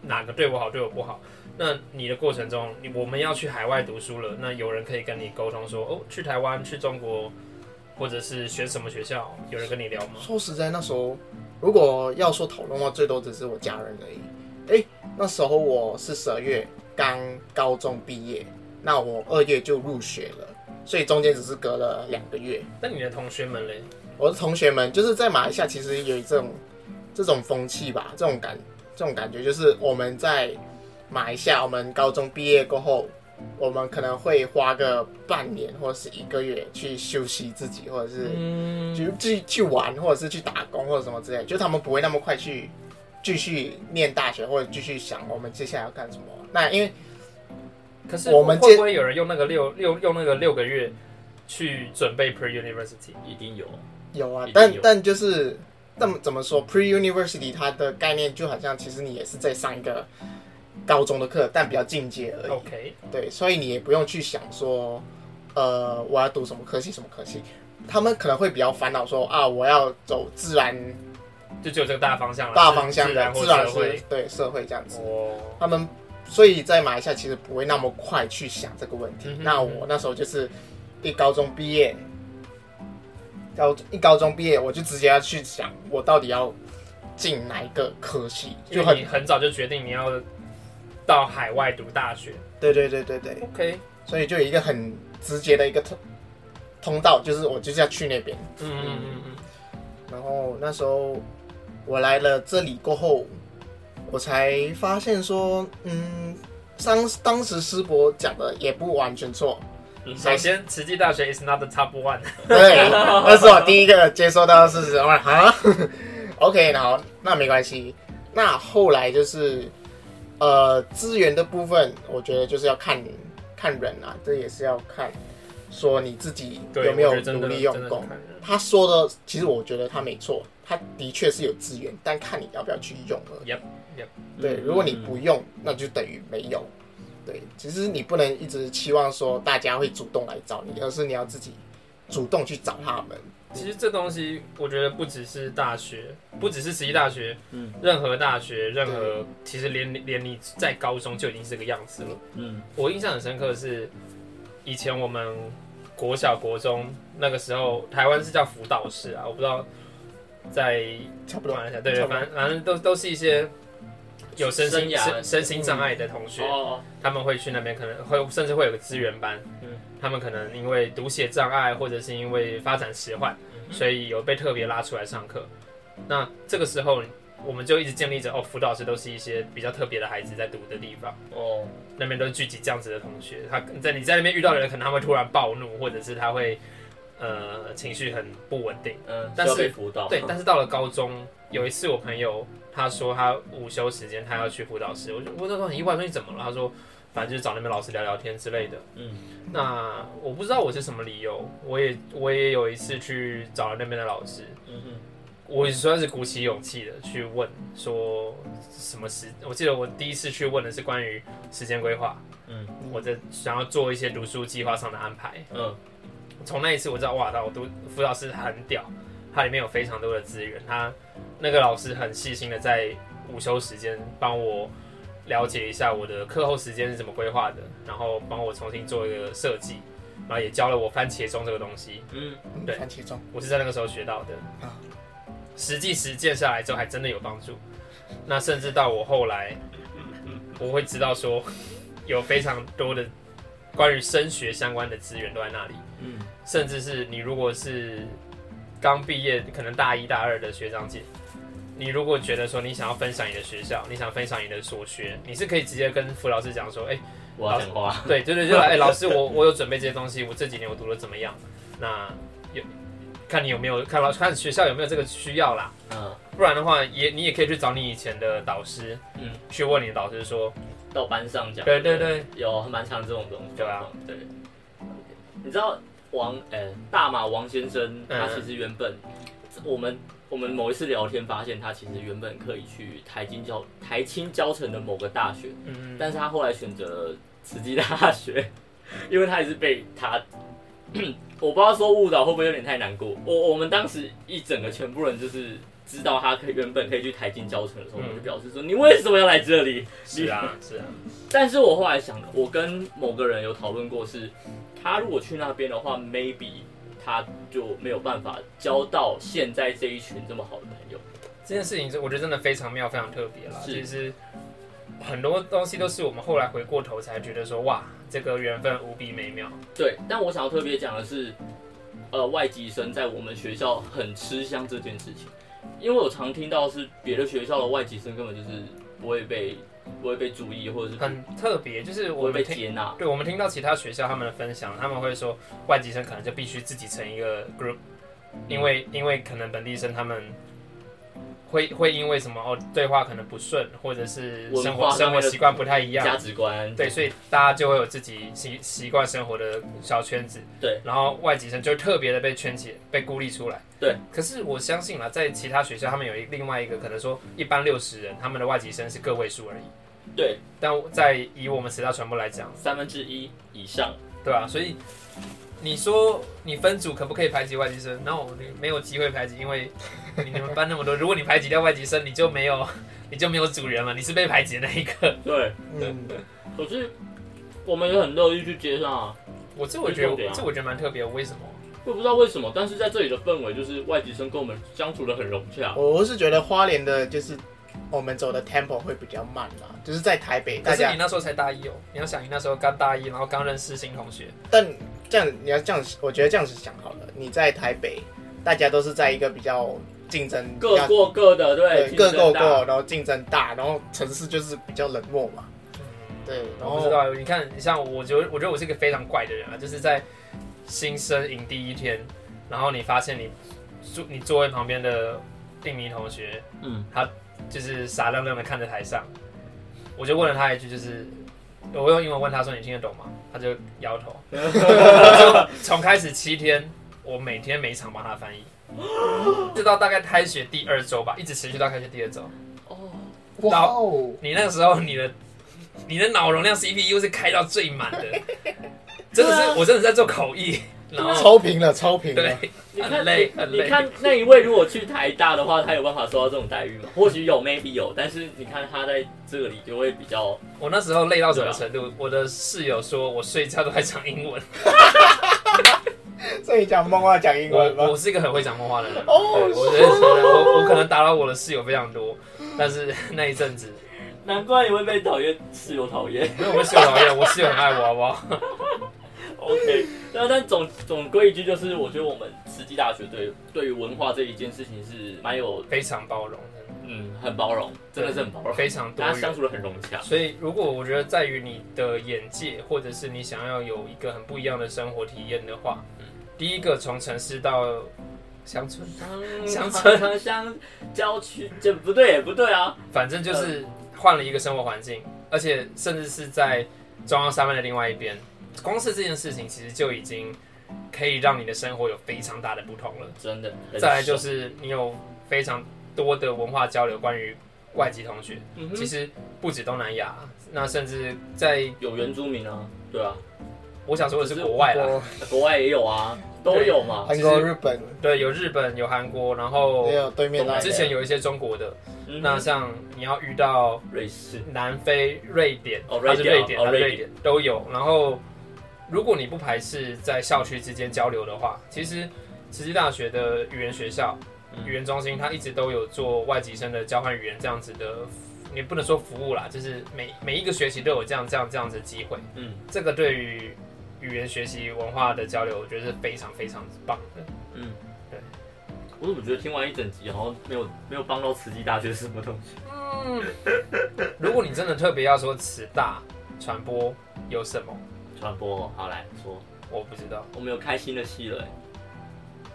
Speaker 1: 哪个对我好，对我不好。那你的过程中，你我们要去海外读书了，那有人可以跟你沟通说，哦，去台湾、去中国，或者是选什么学校，有人跟你聊吗？
Speaker 2: 说实在，那时候如果要说讨论的话，最多只是我家人而已。诶，那时候我是十二月刚高中毕业，那我二月就入学了，所以中间只是隔了两个月。
Speaker 1: 那你的同学们嘞？
Speaker 2: 我的同学们就是在马来西亚，其实有这种这种风气吧，这种感这种感觉，就是我们在马来西亚，我们高中毕业过后，我们可能会花个半年或是一个月去休息自己，或者是
Speaker 1: 嗯，
Speaker 2: 去去去玩，或者是去打工或者什么之类，就他们不会那么快去继续念大学，或者继续想我们接下来要干什么。那因为
Speaker 1: 可是
Speaker 2: 我们
Speaker 1: 会
Speaker 2: 这
Speaker 1: 不会有人用那个六六用那个六个月去准备 pre university？
Speaker 3: 一定有。
Speaker 2: 有啊
Speaker 3: 一定，
Speaker 2: 但
Speaker 3: 有
Speaker 2: 但就是那么怎么说，pre university 它的概念就好像其实你也是在上一个高中的课，但比较进阶而已。
Speaker 1: OK，
Speaker 2: 对，所以你也不用去想说，呃，我要读什么科系什么科系。他们可能会比较烦恼说啊，我要走自然
Speaker 1: 就只有这个大方向啦，
Speaker 2: 大方向
Speaker 1: 啊自
Speaker 2: 的
Speaker 1: 然或
Speaker 2: 自然
Speaker 1: 社
Speaker 2: 是
Speaker 1: 会。
Speaker 2: 对社会这样子。
Speaker 1: 哦，
Speaker 2: 他们所以在马来西亚其实不会那么快去想这个问题。
Speaker 1: 嗯哼
Speaker 2: 那我那时候就是一高中毕业，高一高中毕业我就直接要去想我到底要进哪一个科系，
Speaker 1: 因
Speaker 2: 就
Speaker 1: 为
Speaker 2: 很
Speaker 1: 你很早就决定你要到海外读大学。
Speaker 2: 对对对对对，
Speaker 1: OK，
Speaker 2: 所以就有一个很直接的一个通通道，就是我就是要去那边。
Speaker 1: 嗯嗯嗯嗯，
Speaker 2: 然后那时候我来了这里过后，我才发现说，嗯，当当时师伯讲的也不完全错，
Speaker 1: 嗯首先，慈济大学 is not the top one。
Speaker 2: 对，那是我第一个接收到的事实。我说啊，OK，好，那没关系。那后来就是，呃，资源的部分，我觉得就是要看看人啊，这也是要看说你自己
Speaker 1: 对，
Speaker 2: 有没有
Speaker 1: 我觉得真
Speaker 2: 努
Speaker 1: 的
Speaker 2: 力用
Speaker 1: 真的
Speaker 2: 功
Speaker 1: 很。看人
Speaker 2: 他说的，其实我觉得他没错，他的确是有资源，但看你要不要去用了。
Speaker 1: Yep, yep.
Speaker 2: 对，
Speaker 3: 嗯
Speaker 2: 如果你不用，那就等于没有。对，其实你不能一直期望说大家会主动来找你，而是你要自己主动去找他们。
Speaker 1: 其实这东西，我觉得不只是大学，不只是慈济大学，
Speaker 3: 嗯
Speaker 1: 任何大学，任何其实连连你在高中就已经是这个样子了。
Speaker 3: 嗯
Speaker 1: 我印象很深刻的是，以前我们国小、国中那个时候，台湾是叫辅导室啊，我不知道在
Speaker 2: 差不多
Speaker 1: 马来西亚，对
Speaker 2: 差
Speaker 1: 对，
Speaker 2: 不多
Speaker 1: 反正反正都都是一些有身心
Speaker 3: 生涯
Speaker 1: 身身心障碍的同学，
Speaker 3: 哦，
Speaker 1: 他们会去那边，可能会甚至会有个资源班，
Speaker 3: 嗯
Speaker 1: 他们可能因为读写障碍或者是因为发展迟缓，
Speaker 3: 嗯
Speaker 1: 所以有被特别拉出来上课。那这个时候，我们就一直建立着哦，辅导师都是一些比较特别的孩子在读的地方，
Speaker 3: 哦，
Speaker 1: 那边都聚集这样子的同学。他在你在那边遇到的人，可能他会突然暴怒，或者是他会呃情绪很不稳定。
Speaker 3: 嗯，
Speaker 1: 但
Speaker 3: 但
Speaker 1: 是
Speaker 3: 是被辅导，
Speaker 1: 对，但是到了高中，有一次我朋友他说他午休时间他要去辅导室，我就我那时候很意外，说你怎么了？他说反正就是找那边老师聊聊天之类的。
Speaker 3: 嗯，
Speaker 1: 那我不知道我是什么理由，我也我也有一次去找了那边的老师，
Speaker 3: 嗯哼，
Speaker 1: 我也算是鼓起勇气的去问说什么时，我记得我第一次去问的是关于时间规划，
Speaker 3: 嗯
Speaker 1: 我在想要做一些读书计划上的安排。
Speaker 3: 嗯
Speaker 1: 从那一次我知道，哇，那我读辅导室很屌，它里面有非常多的资源。他那个老师很细心的在午休时间帮我了解一下我的课后时间是怎么规划的，然后帮我重新做一个设计，然后也教了我番茄钟这个东西，
Speaker 3: 嗯，
Speaker 2: 嗯
Speaker 1: 对
Speaker 2: 番茄钟，
Speaker 1: 我是在那个时候学到的
Speaker 2: 啊。
Speaker 1: 实际实践下来之后，还真的有帮助。那甚至到我后来，我会知道说，有非常多的关于升学相关的资源都在那里。
Speaker 3: 嗯
Speaker 1: 甚至是你如果是刚毕业，可能大一大二的学长姐，你如果觉得说你想要分享你的学校，你想分享你的所学，你是可以直接跟傅老师讲说，哎、
Speaker 3: 我要讲话，
Speaker 1: 对对对，就来，哎、老师，我我有准备这些东西，我这几年我读的怎么样？那有看你有没有看老看学校有没有这个需要啦，
Speaker 3: 嗯，
Speaker 1: 不然的话也你也可以去找你以前的导师，
Speaker 3: 嗯，
Speaker 1: 去问你的导师说，
Speaker 3: 到班上讲，
Speaker 1: 对对对，
Speaker 3: 有蛮常这种东西，
Speaker 1: 对啊，
Speaker 3: 对，你知道王，呃，大马王先生，他
Speaker 1: 嗯
Speaker 3: 其实原本我们。我们某一次聊天发现，他其实原本可以去台金教台青教城的某个大学，
Speaker 1: 嗯，
Speaker 3: 但是他后来选择了慈济大学， 因为他也是被他， 我不知道说误导会不会有点太难过。我我们当时一整个全部人就是知道他可以原本可以去台金教程的时候，
Speaker 1: 嗯
Speaker 3: 我们就表示说你为什么要来这里？
Speaker 1: 是啊是啊，
Speaker 3: 但是我后来想，我跟某个人有讨论过是，他如果去那边的话，maybe 他就没有办法交到现在这一群这么好的朋友。
Speaker 1: 这件事情，我觉得真的非常妙，非常特别啦。
Speaker 3: 是
Speaker 1: 其实很多东西都是我们后来回过头才觉得说，哇，这个缘分无比美妙。
Speaker 3: 对，但我想要特别讲的是，呃，外籍生在我们学校很吃香这件事情，因为我常听到是别的学校的外籍生根本就是不会被不会被注意，或者是
Speaker 1: 很特别，就是
Speaker 3: 不
Speaker 1: 我
Speaker 3: 会
Speaker 1: 们
Speaker 3: 被
Speaker 1: 听，
Speaker 3: 接纳。
Speaker 1: 对我们听到其他学校他们的分享，他们会说外籍生可能就必须自己成一个 group，因为
Speaker 3: 嗯
Speaker 1: 因为可能本地生他们会会因为什么哦对话可能不顺，或者是
Speaker 3: 文
Speaker 1: 生
Speaker 3: 化
Speaker 1: 活
Speaker 3: 上
Speaker 1: 生活
Speaker 3: 面的
Speaker 1: 习惯不太一样，
Speaker 3: 价值观，
Speaker 1: 对，所以大家就会有自己习习惯生活的小圈子，
Speaker 3: 对，
Speaker 1: 然后外籍生就特别的被圈起、被孤立出来，
Speaker 3: 对。
Speaker 1: 可是我相信啦，在其他学校，他们有一另外一个可能说，一般六十人，他们的外籍生是个位数而已，
Speaker 3: 对，
Speaker 1: 但在以我们十大传播来讲，
Speaker 3: 三分之一以上，
Speaker 1: 对吧、所以你说你分组可不可以排挤外籍生？那我没有机会排挤，因为你们班那么多，如果你排挤掉外籍生，你就没有 你就没有组员了，你是被排挤的那一个。
Speaker 3: 对。
Speaker 2: 嗯，
Speaker 3: 可是我们也很乐意去接纳、啊，
Speaker 1: 我这我觉
Speaker 3: 这重点
Speaker 1: 得
Speaker 3: 啊
Speaker 1: 这我觉得蛮特别，为什么？
Speaker 3: 我也不知道为什么，但是在这里的氛围就是外籍生跟我们相处的很融洽。
Speaker 2: 我是觉得花莲的就是我们走的 tempo 会比较慢啦，就是在台北
Speaker 1: 可
Speaker 2: 大
Speaker 1: 是
Speaker 2: 家
Speaker 1: 你那时候才大一哦，你要想你那时候刚大一，然后刚认识新同学，
Speaker 2: 但这样你要这样，我觉得这样子想好了。你在台北，大家都是在一个比较竞争，比
Speaker 3: 各
Speaker 2: 较
Speaker 3: 过各的，对，
Speaker 2: 对各
Speaker 3: 竞争
Speaker 2: 够
Speaker 3: 大
Speaker 2: 够，然后竞争大，然后城市就是比较冷漠嘛。对，然
Speaker 1: 我不
Speaker 2: 后
Speaker 1: 知道，你看，你像我觉得，我觉得我是一个非常怪的人啊，就是在新生营第一天，然后你发现你座你座位旁边的印尼同学
Speaker 3: 嗯，
Speaker 1: 就是傻愣愣的看着台上，我就问了他一句，就是我用英文问他说你听得懂吗？他就摇头。从开始七天，我每天每一场帮他翻译，直到大概开学第二周吧，一直持续到开学第二周。
Speaker 3: 哦，
Speaker 2: 哇哦，
Speaker 1: 你那个时候你的你的脑容量 CPU 是开到最满的，真的
Speaker 3: 对啊
Speaker 1: 是我真的在做口译，然后
Speaker 2: 超平了，超平了
Speaker 1: 对。，
Speaker 3: 你看
Speaker 1: 很累很
Speaker 3: 你，
Speaker 1: 累
Speaker 3: 你看那一位如果去台大的话，他有办法收到这种待遇吗？ 或许有，maybe 有，但是你看他在这里就会比较，
Speaker 1: 我那时候累到什么
Speaker 3: 对啊
Speaker 1: 程度？我的室友说我睡觉都在讲英文，
Speaker 2: 所以讲梦话讲英文吗
Speaker 1: 我？我是一个很会讲梦话的人，
Speaker 2: 哦
Speaker 1: 对哎我觉得我我可能打扰我的室友非常多，但是 那一阵子
Speaker 3: 难怪你会被讨厌，室友讨厌。
Speaker 1: 没有我室友讨厌，我室友很爱我，好不好？
Speaker 3: OK，那 但总总归一句就是，我觉得我们慈济大学对对于文化这一件事情是蛮有，
Speaker 1: 非常包容，
Speaker 3: 嗯，很包容，真的是很包容，
Speaker 1: 非常多
Speaker 3: 大家
Speaker 1: 元
Speaker 3: 相。处的很融洽。
Speaker 1: 所以，如果我觉得在于你的眼界，或者是你想要有一个很不一样的生活体验的话，
Speaker 3: 嗯
Speaker 1: 第一个从城市到乡村，乡村
Speaker 3: 乡郊区，这不对不对啊，
Speaker 1: 反正就是
Speaker 3: 呃
Speaker 1: 换了一个生活环境，而且甚至是在中央山脉的另外一边，光是这件事情其实就已经可以让你的生活有非常大的不同了。
Speaker 3: 真的。
Speaker 1: 再来就，是你有非常多的文化交流，关于外籍同学，
Speaker 3: 嗯
Speaker 1: 其
Speaker 3: 哼，
Speaker 1: 实不止东南亚，那甚至在
Speaker 3: 有原住民啊，对啊，
Speaker 1: 我想说的是国外啦，
Speaker 2: 我
Speaker 3: 国外也有啊，都有嘛。
Speaker 2: 韩国、日本，
Speaker 1: 对，有日本，有韩国，然后
Speaker 2: 也有对面那
Speaker 1: 之前有一些中国的，
Speaker 3: 啊嗯
Speaker 1: 那像你要遇到
Speaker 3: 瑞士，
Speaker 1: 南非、瑞典，
Speaker 3: 哦
Speaker 1: 它是
Speaker 3: 瑞
Speaker 1: 瑞
Speaker 3: 典
Speaker 1: 典，
Speaker 3: 哦
Speaker 1: 它是
Speaker 3: 瑞
Speaker 1: 瑞典都有。然后，如果你不排斥在校区之间交流的话，其实慈济大学的语言学校、
Speaker 3: 嗯
Speaker 1: 语言中心，它一直都有做外籍生的交换语言这样子的，你不能说服务啦，就是每每一个学期都有这样这样这样子的机会。
Speaker 3: 嗯
Speaker 1: 这个对于语言学习文化的交流，我觉得是非常非常棒的。
Speaker 3: 嗯，
Speaker 1: 对。
Speaker 3: 我怎么觉得听完一整集，好像没有没有帮到慈济大学什么东西？
Speaker 1: 如果你真的特别要说慈大传播有什么，
Speaker 3: 传播哦，好来说，
Speaker 1: 我不知道。
Speaker 3: 我们有开心的戏了欸，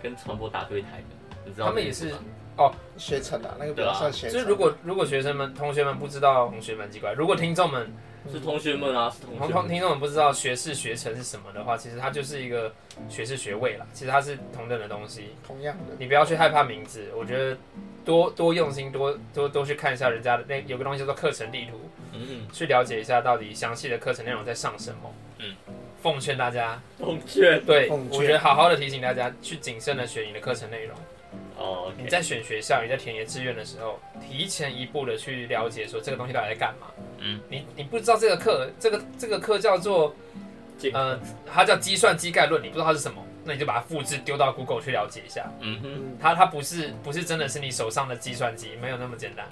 Speaker 3: 跟传播打对台的，你知道
Speaker 1: 他们
Speaker 3: 这
Speaker 1: 也
Speaker 3: 个
Speaker 1: 是嗯
Speaker 3: 吗
Speaker 2: 学成啊，那个不算学
Speaker 1: 就是
Speaker 2: 成。
Speaker 1: 如果如果学生们、同学们不知道同学们奇怪，如果听众们、
Speaker 3: 是
Speaker 2: 嗯
Speaker 3: 同学们啊，是同
Speaker 1: 同
Speaker 3: 学
Speaker 1: 同
Speaker 3: 们。
Speaker 1: 听众们不知道学士学程是什么的话，其实它就是一个学士学位啦，其实它是同等的东西。
Speaker 2: 同样的，
Speaker 1: 你不要去害怕名字，我觉得多多用心，多多多去看一下人家的那有个东西叫做课程地图，
Speaker 3: 嗯，
Speaker 1: 去了解一下到底详细的课程内容在上什么。
Speaker 3: 嗯，
Speaker 1: 奉劝大家
Speaker 3: 同学
Speaker 1: 对，
Speaker 2: 奉劝
Speaker 1: 我觉得好好的提醒大家，去谨慎的选你的课程内容。
Speaker 3: 哦
Speaker 1: 你
Speaker 3: ，OK，
Speaker 1: 在选学校，你在填写志愿的时候，提前一步的去了解说这个东西到底在干嘛。
Speaker 3: 嗯，
Speaker 1: 你你不知道这个课，这个这个课叫做
Speaker 3: 这个
Speaker 1: 呃，它叫计算机概论，你不知道它是什么，那你就把它复制丢到 Google 去了解一下。
Speaker 3: 嗯哼，
Speaker 2: 嗯，
Speaker 1: 它它不是不是真的是你手上的计算机，没有那么简单。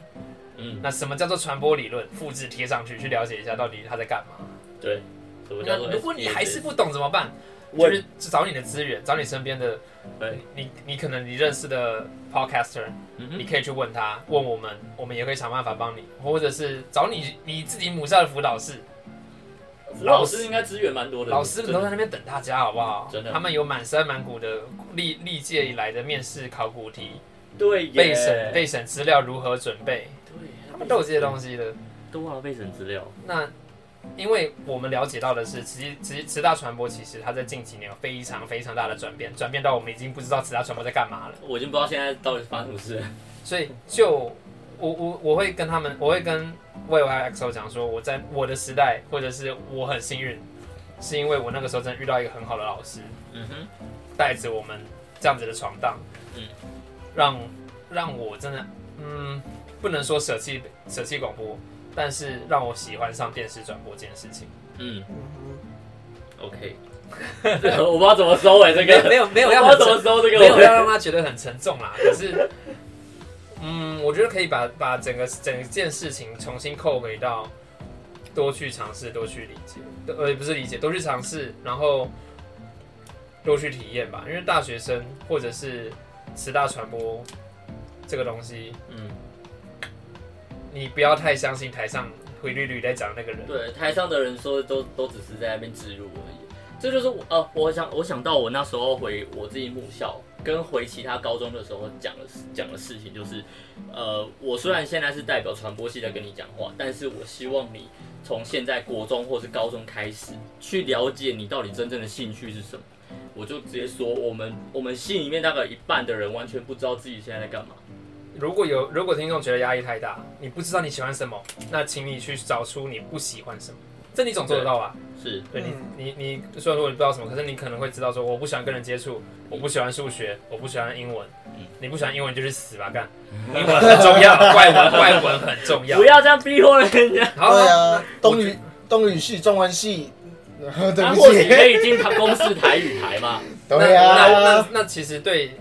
Speaker 3: 嗯，
Speaker 1: 那什么叫做传播理论？复制贴上去去了解一下到底它在干嘛。
Speaker 3: 对，什么叫
Speaker 1: 那
Speaker 3: 做？
Speaker 1: 如果你还是不懂怎么办？就
Speaker 4: 我
Speaker 1: 是找你的资源，找你身边的，
Speaker 3: 对，
Speaker 1: 你你可能你认识的 podcaster，
Speaker 3: 嗯
Speaker 1: 你
Speaker 3: 哼，
Speaker 1: 可以去问他，问我们，我们也会想办法帮你，或者是找你你自己母校的辅导室，
Speaker 3: 辅导师应该资源蛮多的，
Speaker 1: 老师们
Speaker 3: 真的
Speaker 1: 都在那边等大家，好不好？
Speaker 3: 真的
Speaker 1: 他们有满山满谷的历历届以来的面试考古题，
Speaker 3: 对耶
Speaker 1: 备审备审资料如何准备，
Speaker 3: 对，
Speaker 1: 他们都有这些东西的。
Speaker 3: 都忘了备审资料，
Speaker 1: 那因为我们了解到的是，其实其实慈大传播其实它在近几年有非常非常大的转变，转变到我们已经不知道慈大传播在干嘛了。
Speaker 3: 我已经不知道现在到底发生什么事了。
Speaker 1: 所以就我我我会跟他们，我会跟 w y y XO 讲说，我在我的时代，或者是我很幸运，是因为我那个时候真的遇到一个很好的老师，
Speaker 3: 嗯哼，
Speaker 1: 带着我们这样子的闯荡，
Speaker 3: 嗯，
Speaker 1: 让让我真的，嗯，不能说舍弃舍弃广播，但是让我喜欢上电视转播这件事情。
Speaker 3: 嗯，OK，我不知道怎么收尾这
Speaker 1: 没有
Speaker 3: 个，
Speaker 1: 没有没有
Speaker 3: 我
Speaker 1: 要
Speaker 3: 不知道
Speaker 1: 很
Speaker 3: 怎
Speaker 1: 沉
Speaker 3: 么收这个，
Speaker 1: 没有要
Speaker 3: 我
Speaker 1: 让他觉得很沉重啦。 可是，嗯，我觉得可以把把整个整件事情重新扣回到多去尝试，多去理解，呃，不是理解，多去尝试，然后多去体验吧。因为大学生或者是十大传播这个东西，
Speaker 3: 嗯，
Speaker 1: 你不要太相信台上灰绿绿在讲的那个人。
Speaker 3: 对，台上的人说都都只是在那边置入而已。这就是我呃，我想我想到我那时候回我自己母校，跟回其他高中的时候讲的事讲的事情，就是呃，我虽然现在是代表传播系在跟你讲话，但是我希望你从现在国中或是高中开始去了解你到底真正的兴趣是什么。我就直接说，我们我们系里面大概有一半的人完全不知道自己现在在干嘛。
Speaker 1: 如果有如果听众觉得压力太大，你不知道你喜欢什么，那请你去找出你不喜欢什么，这你总做得到吧？
Speaker 3: 是，
Speaker 1: 对你
Speaker 2: 嗯，
Speaker 1: 你你虽然说你不知道什么，可是你可能会知道说，我不喜欢跟人接触，我不喜欢数学，我不喜欢英文。
Speaker 3: 嗯
Speaker 1: 你不喜欢英文就去死吧，干！英文很重要，外文外文很重要
Speaker 3: 不。要这样逼婚人家。
Speaker 1: 好，
Speaker 2: 对啊，
Speaker 1: 我
Speaker 2: 东
Speaker 1: 觉啊
Speaker 2: 语东语系、中文系， 对
Speaker 3: 那
Speaker 2: 不
Speaker 3: 或许可
Speaker 2: 起，
Speaker 3: 以进台公司台语台嘛？
Speaker 1: 那那
Speaker 2: 对
Speaker 1: 那
Speaker 2: 啊
Speaker 1: 那，那其实对，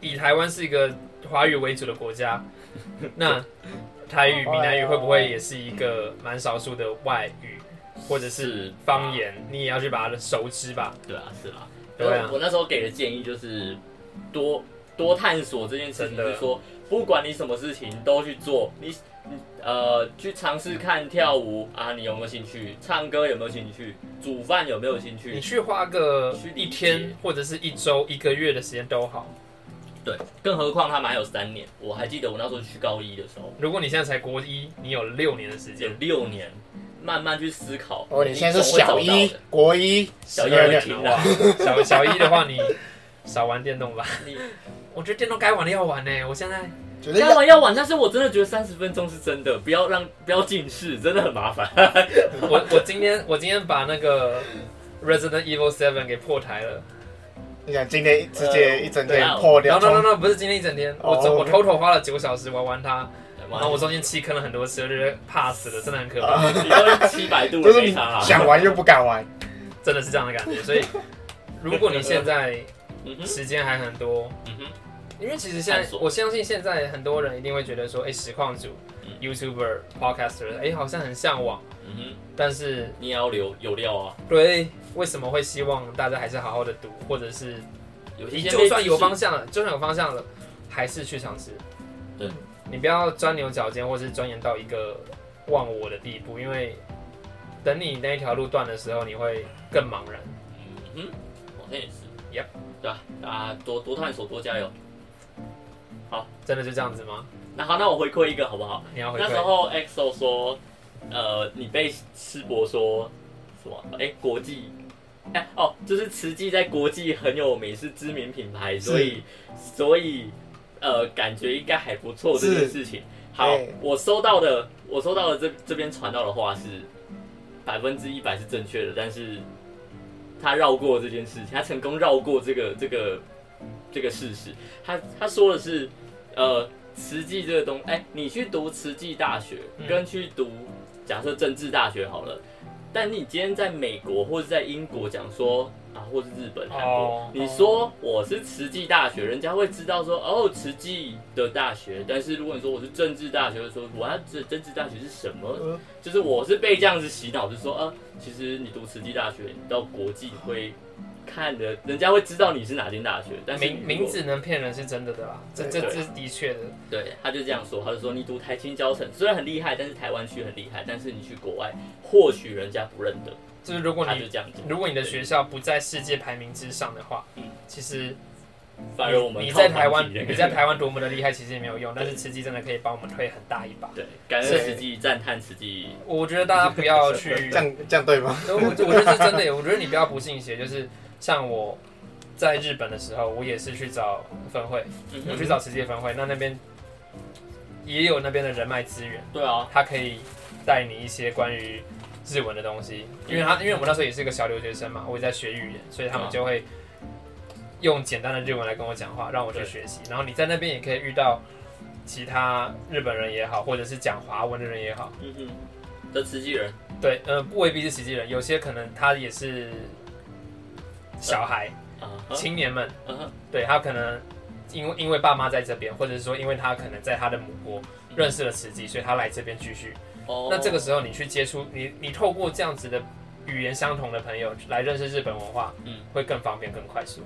Speaker 1: 以台湾是一个华语为主的国家，那台语、闽南语会不会也是一个蛮少数的外语，或者 是
Speaker 3: 是
Speaker 1: 方言？你也要去把它熟知吧。
Speaker 3: 对啊，是啦。
Speaker 1: 对啊
Speaker 3: 我那时候给的建议就是多多探索这件事
Speaker 1: 真
Speaker 3: 情，就
Speaker 1: 的
Speaker 3: 是说，不管你什么事情都去做，你你呃去尝试看跳舞啊，你有没有兴趣？唱歌有没有兴趣？煮饭有没有兴
Speaker 1: 你
Speaker 3: 趣？
Speaker 1: 去花个
Speaker 3: 去理
Speaker 1: 一
Speaker 3: 解
Speaker 1: 天或者是一周、一个月的时间都好。
Speaker 3: 对，更何况他们还有三年，我还记得我那时候去高一的时候，
Speaker 1: 如果你现在才国一，你有六年的时
Speaker 3: 有
Speaker 1: 间，
Speaker 3: 六年，慢慢去思考。
Speaker 2: 哦，你现在是
Speaker 3: 总会找
Speaker 2: 小
Speaker 3: 到
Speaker 2: 一
Speaker 3: 的，
Speaker 2: 国一，
Speaker 3: 小一
Speaker 2: 12
Speaker 3: 会
Speaker 2: 年
Speaker 3: 停
Speaker 1: 哇
Speaker 3: 的，，
Speaker 1: 小小一的话，你少玩电动吧。
Speaker 3: 你
Speaker 1: 我觉得电动该玩的要玩呢、我现 在
Speaker 2: 觉得
Speaker 3: 干
Speaker 2: 要
Speaker 3: 嘛要晚？但是我真的觉得三十分钟是真的，不要让不要近视，真的很 麻烦。
Speaker 1: 我我今天我今天把那个 Resident Evil Seven 给破台了。
Speaker 2: 你想今天直接一整天
Speaker 3: 呃
Speaker 2: 破
Speaker 1: 然
Speaker 2: 掉，
Speaker 1: 后 no no
Speaker 2: 从
Speaker 1: no，不是今天一整天，
Speaker 2: 哦
Speaker 1: 我总我
Speaker 2: OK
Speaker 1: 偷偷花了九小时玩完它，然后我中间弃坑了很多次，我觉得怕死了，真的很可 怕，
Speaker 3: 七百度
Speaker 2: 就是
Speaker 3: 没
Speaker 2: 你
Speaker 3: 差
Speaker 1: 啊
Speaker 3: 啊啦。
Speaker 2: 想玩又不 敢玩，
Speaker 1: 真的是这样的感觉。所以如果你现在
Speaker 3: 嗯哼，
Speaker 1: 时间还很多，
Speaker 3: 嗯哼，
Speaker 1: 因为其实现
Speaker 3: 探
Speaker 1: 在，
Speaker 3: 索
Speaker 1: 我相信现在很多人一定会觉得说，哎、实况组、
Speaker 3: 嗯
Speaker 1: YouTuber、Podcaster，哎、好像很向往。
Speaker 3: 嗯哼，
Speaker 1: 但是，
Speaker 3: 你也要留有料啊。
Speaker 1: 对，为什么会希望大家还是好好的读，或者是
Speaker 3: 有些
Speaker 1: 你
Speaker 3: 先
Speaker 1: 就
Speaker 3: 被
Speaker 1: 算有
Speaker 3: 知识
Speaker 1: 方向了，就算有方向了，还是去尝试。
Speaker 3: 对，
Speaker 1: 你不要钻牛角尖，或是钻研到一个忘我的地步，因为等你那一条路断的时候，你会更茫然。
Speaker 3: 嗯哼，好像也是。
Speaker 1: Yep
Speaker 3: 对吧？大家多多探索，多加油。
Speaker 1: 真的就这样子吗？
Speaker 3: 那好，那我回馈一个好不好？
Speaker 1: 你要回
Speaker 3: 嗯那时
Speaker 1: 馈？
Speaker 3: 候 EXO 说，呃，你被师伯说什么？哎、国际，哎、哦，就是慈济在国际很有名，是知名品牌，所以所以呃，感觉应该还不错这件事情。好
Speaker 2: 对，
Speaker 3: 我收到的，我收到的这这边传到的话是百分之一百是正确的，但是他绕过这件事情，他成功绕过这个这个这个事实。他他说的是，呃，慈济这个东，哎、你去读慈济大学，
Speaker 1: 嗯
Speaker 3: 跟去读假设政治大学好了，但你今天在美国或者在英国讲说啊，或是日本、韩国，
Speaker 1: 哦
Speaker 3: 你说我是慈济大学，人家会知道说哦，慈济的大学。但是如果你说我是政治大学，会说我要这政治大学是什么？
Speaker 2: 嗯
Speaker 3: 就是我是被这样子洗脑，就说呃，其实你读慈济大学，你到国际你会看的，人家会知道你是哪间大学，但是
Speaker 1: 名
Speaker 3: 你如果
Speaker 1: 名字能骗人是真的的啦，这这
Speaker 3: 对
Speaker 1: 这是的确的。
Speaker 3: 对，他就这样说，他就说你读台青教程虽然很厉害，但是台湾区很厉害，但是你去国外或许人家不认得，
Speaker 1: 就是如果
Speaker 3: 他就
Speaker 1: 你
Speaker 3: 这样讲。
Speaker 1: 如果你的学校不在世界排名之上的话，
Speaker 3: 嗯
Speaker 1: 其实
Speaker 3: 反而我们
Speaker 1: 你
Speaker 3: 靠
Speaker 1: 在台湾
Speaker 3: 团体人
Speaker 1: 你在台湾多么的厉害，其实也没有用。但是吃鸡真的可以帮我们推很大一把。
Speaker 3: 对，感恩
Speaker 2: 是
Speaker 3: 实际，赞叹实际，
Speaker 1: 我觉得大家不要 去
Speaker 2: 这样这样对吗？
Speaker 1: 我我觉得是真的耶，我觉得你不要不信邪，就是像我在日本的时候，我也是去找分会，
Speaker 3: 嗯
Speaker 1: 我
Speaker 3: 哼
Speaker 1: 去找实际的分会，那那边也有那边的人脉资源，
Speaker 3: 对啊，
Speaker 1: 他可以带你一些关于日文的东西，因为他因为我那时候也是个小留学生嘛，我也在学语言，所以他们
Speaker 3: 嗯
Speaker 1: 就会用简单的日文来跟我讲话，让我去
Speaker 3: 对
Speaker 1: 学习。然后你在那边也可以遇到其他日本人也好，或者是讲华文的人也好。
Speaker 3: 嗯哼，这慈济人，
Speaker 1: 对，呃，不未必是实际人，有些可能他也是小孩、
Speaker 3: 啊哈，
Speaker 1: 青年们，
Speaker 3: 啊哈
Speaker 1: 对他可能因为因为爸妈在这边，或者是说因为他可能在他的母国
Speaker 3: 嗯
Speaker 1: 认识了慈济，所以他来这边继续。
Speaker 3: 哦，
Speaker 1: 那这个时候你去接触，你你透过这样子的语言相同的朋友来认识日本文化，
Speaker 3: 嗯
Speaker 1: 会更方便、更快速。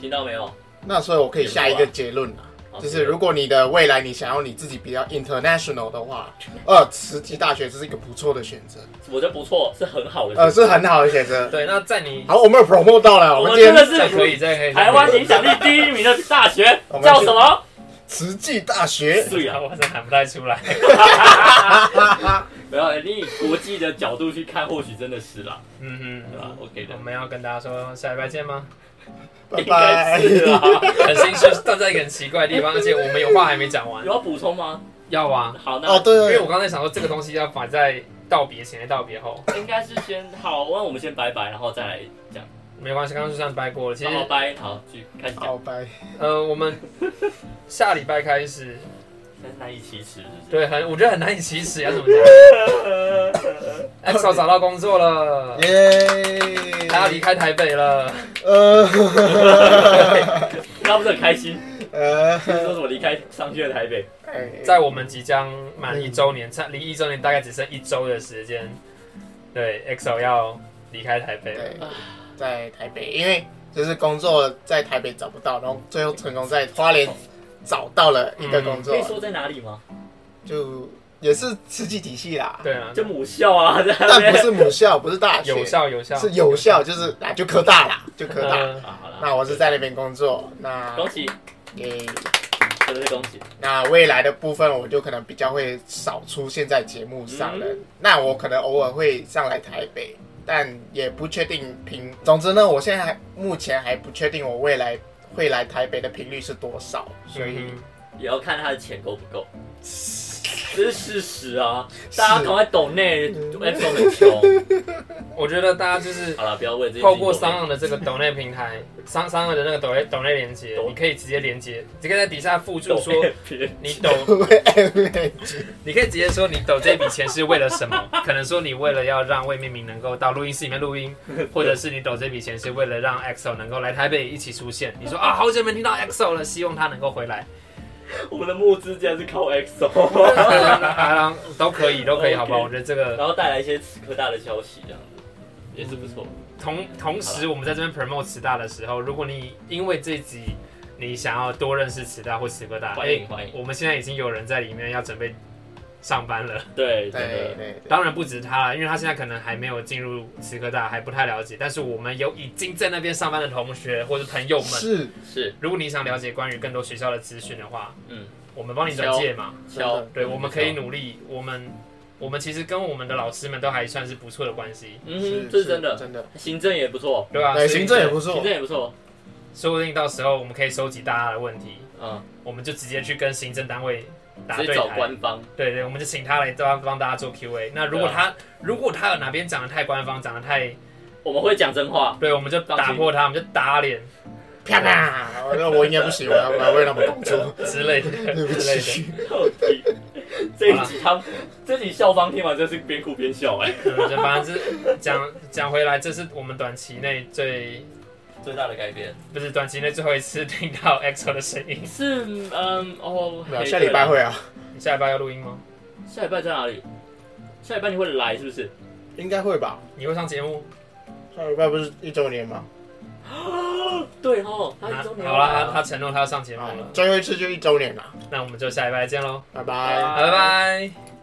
Speaker 3: 听到没有？
Speaker 2: 那所以我可以下一个结论了，
Speaker 3: 好
Speaker 2: 就是如果你的未来你想要你自己比较 international 的话，呃，慈济大学这是一个不错的选择，
Speaker 3: 我觉得不错，是很好的
Speaker 2: 呃，
Speaker 3: 学习，
Speaker 2: 是很好的选择。
Speaker 1: 对，那在你
Speaker 2: 好，我们有 promote 到了，
Speaker 3: 我
Speaker 2: 我
Speaker 3: 们
Speaker 2: 们今
Speaker 3: 真的
Speaker 2: 天
Speaker 1: 再
Speaker 3: 是
Speaker 1: 可以再可以，
Speaker 3: 台湾影响力第一名的大学
Speaker 2: 我们
Speaker 3: 叫什 么？
Speaker 2: 慈济大学，
Speaker 3: 对
Speaker 1: 啊，
Speaker 3: 啊，
Speaker 1: 我真的喊不太出来。
Speaker 3: 没有，你以国际的角度去看，或许真的是啦，
Speaker 1: 嗯
Speaker 3: 对啊吧
Speaker 1: 哼，
Speaker 3: ？OK 的
Speaker 1: 我，们要跟大家说下礼拜见吗？
Speaker 2: 拜
Speaker 3: 应该
Speaker 2: 拜。
Speaker 3: 是啦。
Speaker 1: 很心虚，站在一个很奇怪的地方，而且我们有话还没 讲完
Speaker 3: 有。要补充吗？
Speaker 1: 要啊，
Speaker 3: 好，那
Speaker 2: 哦，对
Speaker 1: 因为
Speaker 2: 对
Speaker 1: 我刚才想说这个东西要摆在道别前、道别后，
Speaker 3: 应该是先好，那我们先拜拜，然后再来讲。
Speaker 1: 没关系，刚刚就算掰过了。其实
Speaker 3: 然，后拜，好，去开始
Speaker 2: 好
Speaker 3: 讲。
Speaker 2: 拜。
Speaker 1: 呃，我们下礼拜开始，
Speaker 3: 但是难以启齿，
Speaker 1: 对，很我觉得很难以启齿，要怎么讲？EXO 哎找到工作了，
Speaker 2: 耶！
Speaker 1: 他要离？开台北了，
Speaker 2: 呃
Speaker 3: 他不是很开心，
Speaker 2: 呃，
Speaker 3: 就是说什么离开商圈的台北，
Speaker 2: 哎
Speaker 1: 在我们即将满一周年，差离一周年大概只剩一周的时间，对，EXO 要离开台北了
Speaker 2: 对。在台北，因为就是工作在台北找不到，然后最后成功在花莲找到了一个工作
Speaker 3: 嗯可以，说在哪里吗？
Speaker 2: 就也是慈济体系啦，
Speaker 1: 对啊，
Speaker 3: 就母校啊，在那
Speaker 2: 但
Speaker 3: 边
Speaker 2: 不是母校，不是大学，
Speaker 1: 有效有效
Speaker 2: 是有效，
Speaker 3: 嗯
Speaker 2: 就是啊，就科大啦，就科大。
Speaker 1: 呃
Speaker 3: 啊好啦
Speaker 2: 那我是在那边工作，那
Speaker 3: 恭喜，
Speaker 2: 诶，
Speaker 3: 真的是恭喜。
Speaker 2: 那未来的部分我就可能比较会少出现在节目上了。
Speaker 3: 嗯
Speaker 2: 那我可能偶尔会上来台北，但也不确定频。总之呢，我现在还目前还不确定我未来会来台北的频率是多少，所以、
Speaker 1: 嗯
Speaker 3: 也要看他的钱够不 够，这是事实啊！大家赶快抖内，Apple
Speaker 1: 嗯
Speaker 3: 很穷。
Speaker 1: 我觉得大家就是
Speaker 3: 好了，不要为这件事情
Speaker 1: 透过商
Speaker 3: 抖
Speaker 1: 岸的这个抖内平台，商商岸的那个抖内抖内连接，
Speaker 3: 抖
Speaker 1: 你可以直接连接，你可以在底下附
Speaker 3: 内
Speaker 1: 注说
Speaker 3: 抖内别
Speaker 1: 你 抖，你可以直接说你抖这笔钱是为了什么？可能说你为了要让魏明明能够到录音室里面录 音，或者是你抖这笔钱是为了让 EXO 能够来台北一起出现。你说啊，好久没听到 EXO 了，希望他能够回 来，
Speaker 3: 我们的募资竟然是 靠
Speaker 1: 当
Speaker 3: XO，
Speaker 1: 然当然都可以，都可以，好不好？
Speaker 3: OK
Speaker 1: 我觉得这个
Speaker 3: 然后带来一些此科大的消息，这样子也是不错。
Speaker 1: 同同时，我们在这边 promote 慈大的时候，如果你因为这集你想要多认识慈大或慈科大，哎
Speaker 3: 欢迎欢迎
Speaker 1: 我们现在已经有人在里面要准备上班了。
Speaker 3: 对，真
Speaker 2: 对
Speaker 3: 的，
Speaker 2: 对对，
Speaker 1: 当然不止他啦，因为他现在可能还没有进入慈科大，还不太了解。但是我们有已经在那边上班的同学或者朋友们，
Speaker 2: 是
Speaker 3: 是，
Speaker 1: 如果你想了解关于更多学校的资讯的话，
Speaker 3: 嗯，
Speaker 1: 我们帮你转介嘛。
Speaker 3: 敲
Speaker 1: 对，我们可以，努力。我们我们其实跟我们的老师们都还算是不错的关系，
Speaker 3: 嗯哼，这是真的，啊
Speaker 2: 真的，
Speaker 3: 行政也不错，
Speaker 1: 对吧、
Speaker 2: 对，行政也不
Speaker 3: 行
Speaker 2: 错
Speaker 3: 政，也不错，
Speaker 1: 说不定到时候我们可以收集大家的问题，
Speaker 3: 嗯，
Speaker 1: 我们就直接去跟行政单位答
Speaker 3: 直
Speaker 1: 对
Speaker 3: 接找
Speaker 1: 台。
Speaker 3: 官方，
Speaker 1: 对对，我们就请他来帮帮大家做 Q&A。那如果他、
Speaker 2: 啊
Speaker 1: 如果他有哪边讲的太官方，讲的太
Speaker 3: 我们会讲真话，
Speaker 1: 对，我们就打破他，我们就打脸
Speaker 2: 啪啪！我说我应该不行，我要我要为他们工 作，
Speaker 1: 之类的
Speaker 2: 对不
Speaker 1: 之类的。
Speaker 2: 起。
Speaker 3: 到底 这一集他这集校方听完真是边哭边笑，哎，
Speaker 1: 嗯，就反正是讲讲回来，这是我们短期内最
Speaker 3: 最大的改变
Speaker 1: 不是短期内最后一次听到 EXO 的声音。
Speaker 3: 是，嗯，哦
Speaker 2: 没有，下礼拜，会啊，
Speaker 1: 你下礼拜要录音吗？
Speaker 3: 下礼拜在哪里？下礼拜你会来是不是？
Speaker 2: 应该会吧？
Speaker 1: 你会上节目？
Speaker 2: 上礼拜不是一周年吗？
Speaker 3: 对哦，他一周年
Speaker 1: 好啦，他
Speaker 3: 了
Speaker 1: 他承诺他要上节目
Speaker 2: 啊
Speaker 1: 了，
Speaker 2: 最后一次就一周年了，
Speaker 1: 那我们就下礼拜见喽，
Speaker 2: 拜拜。
Speaker 1: 拜拜。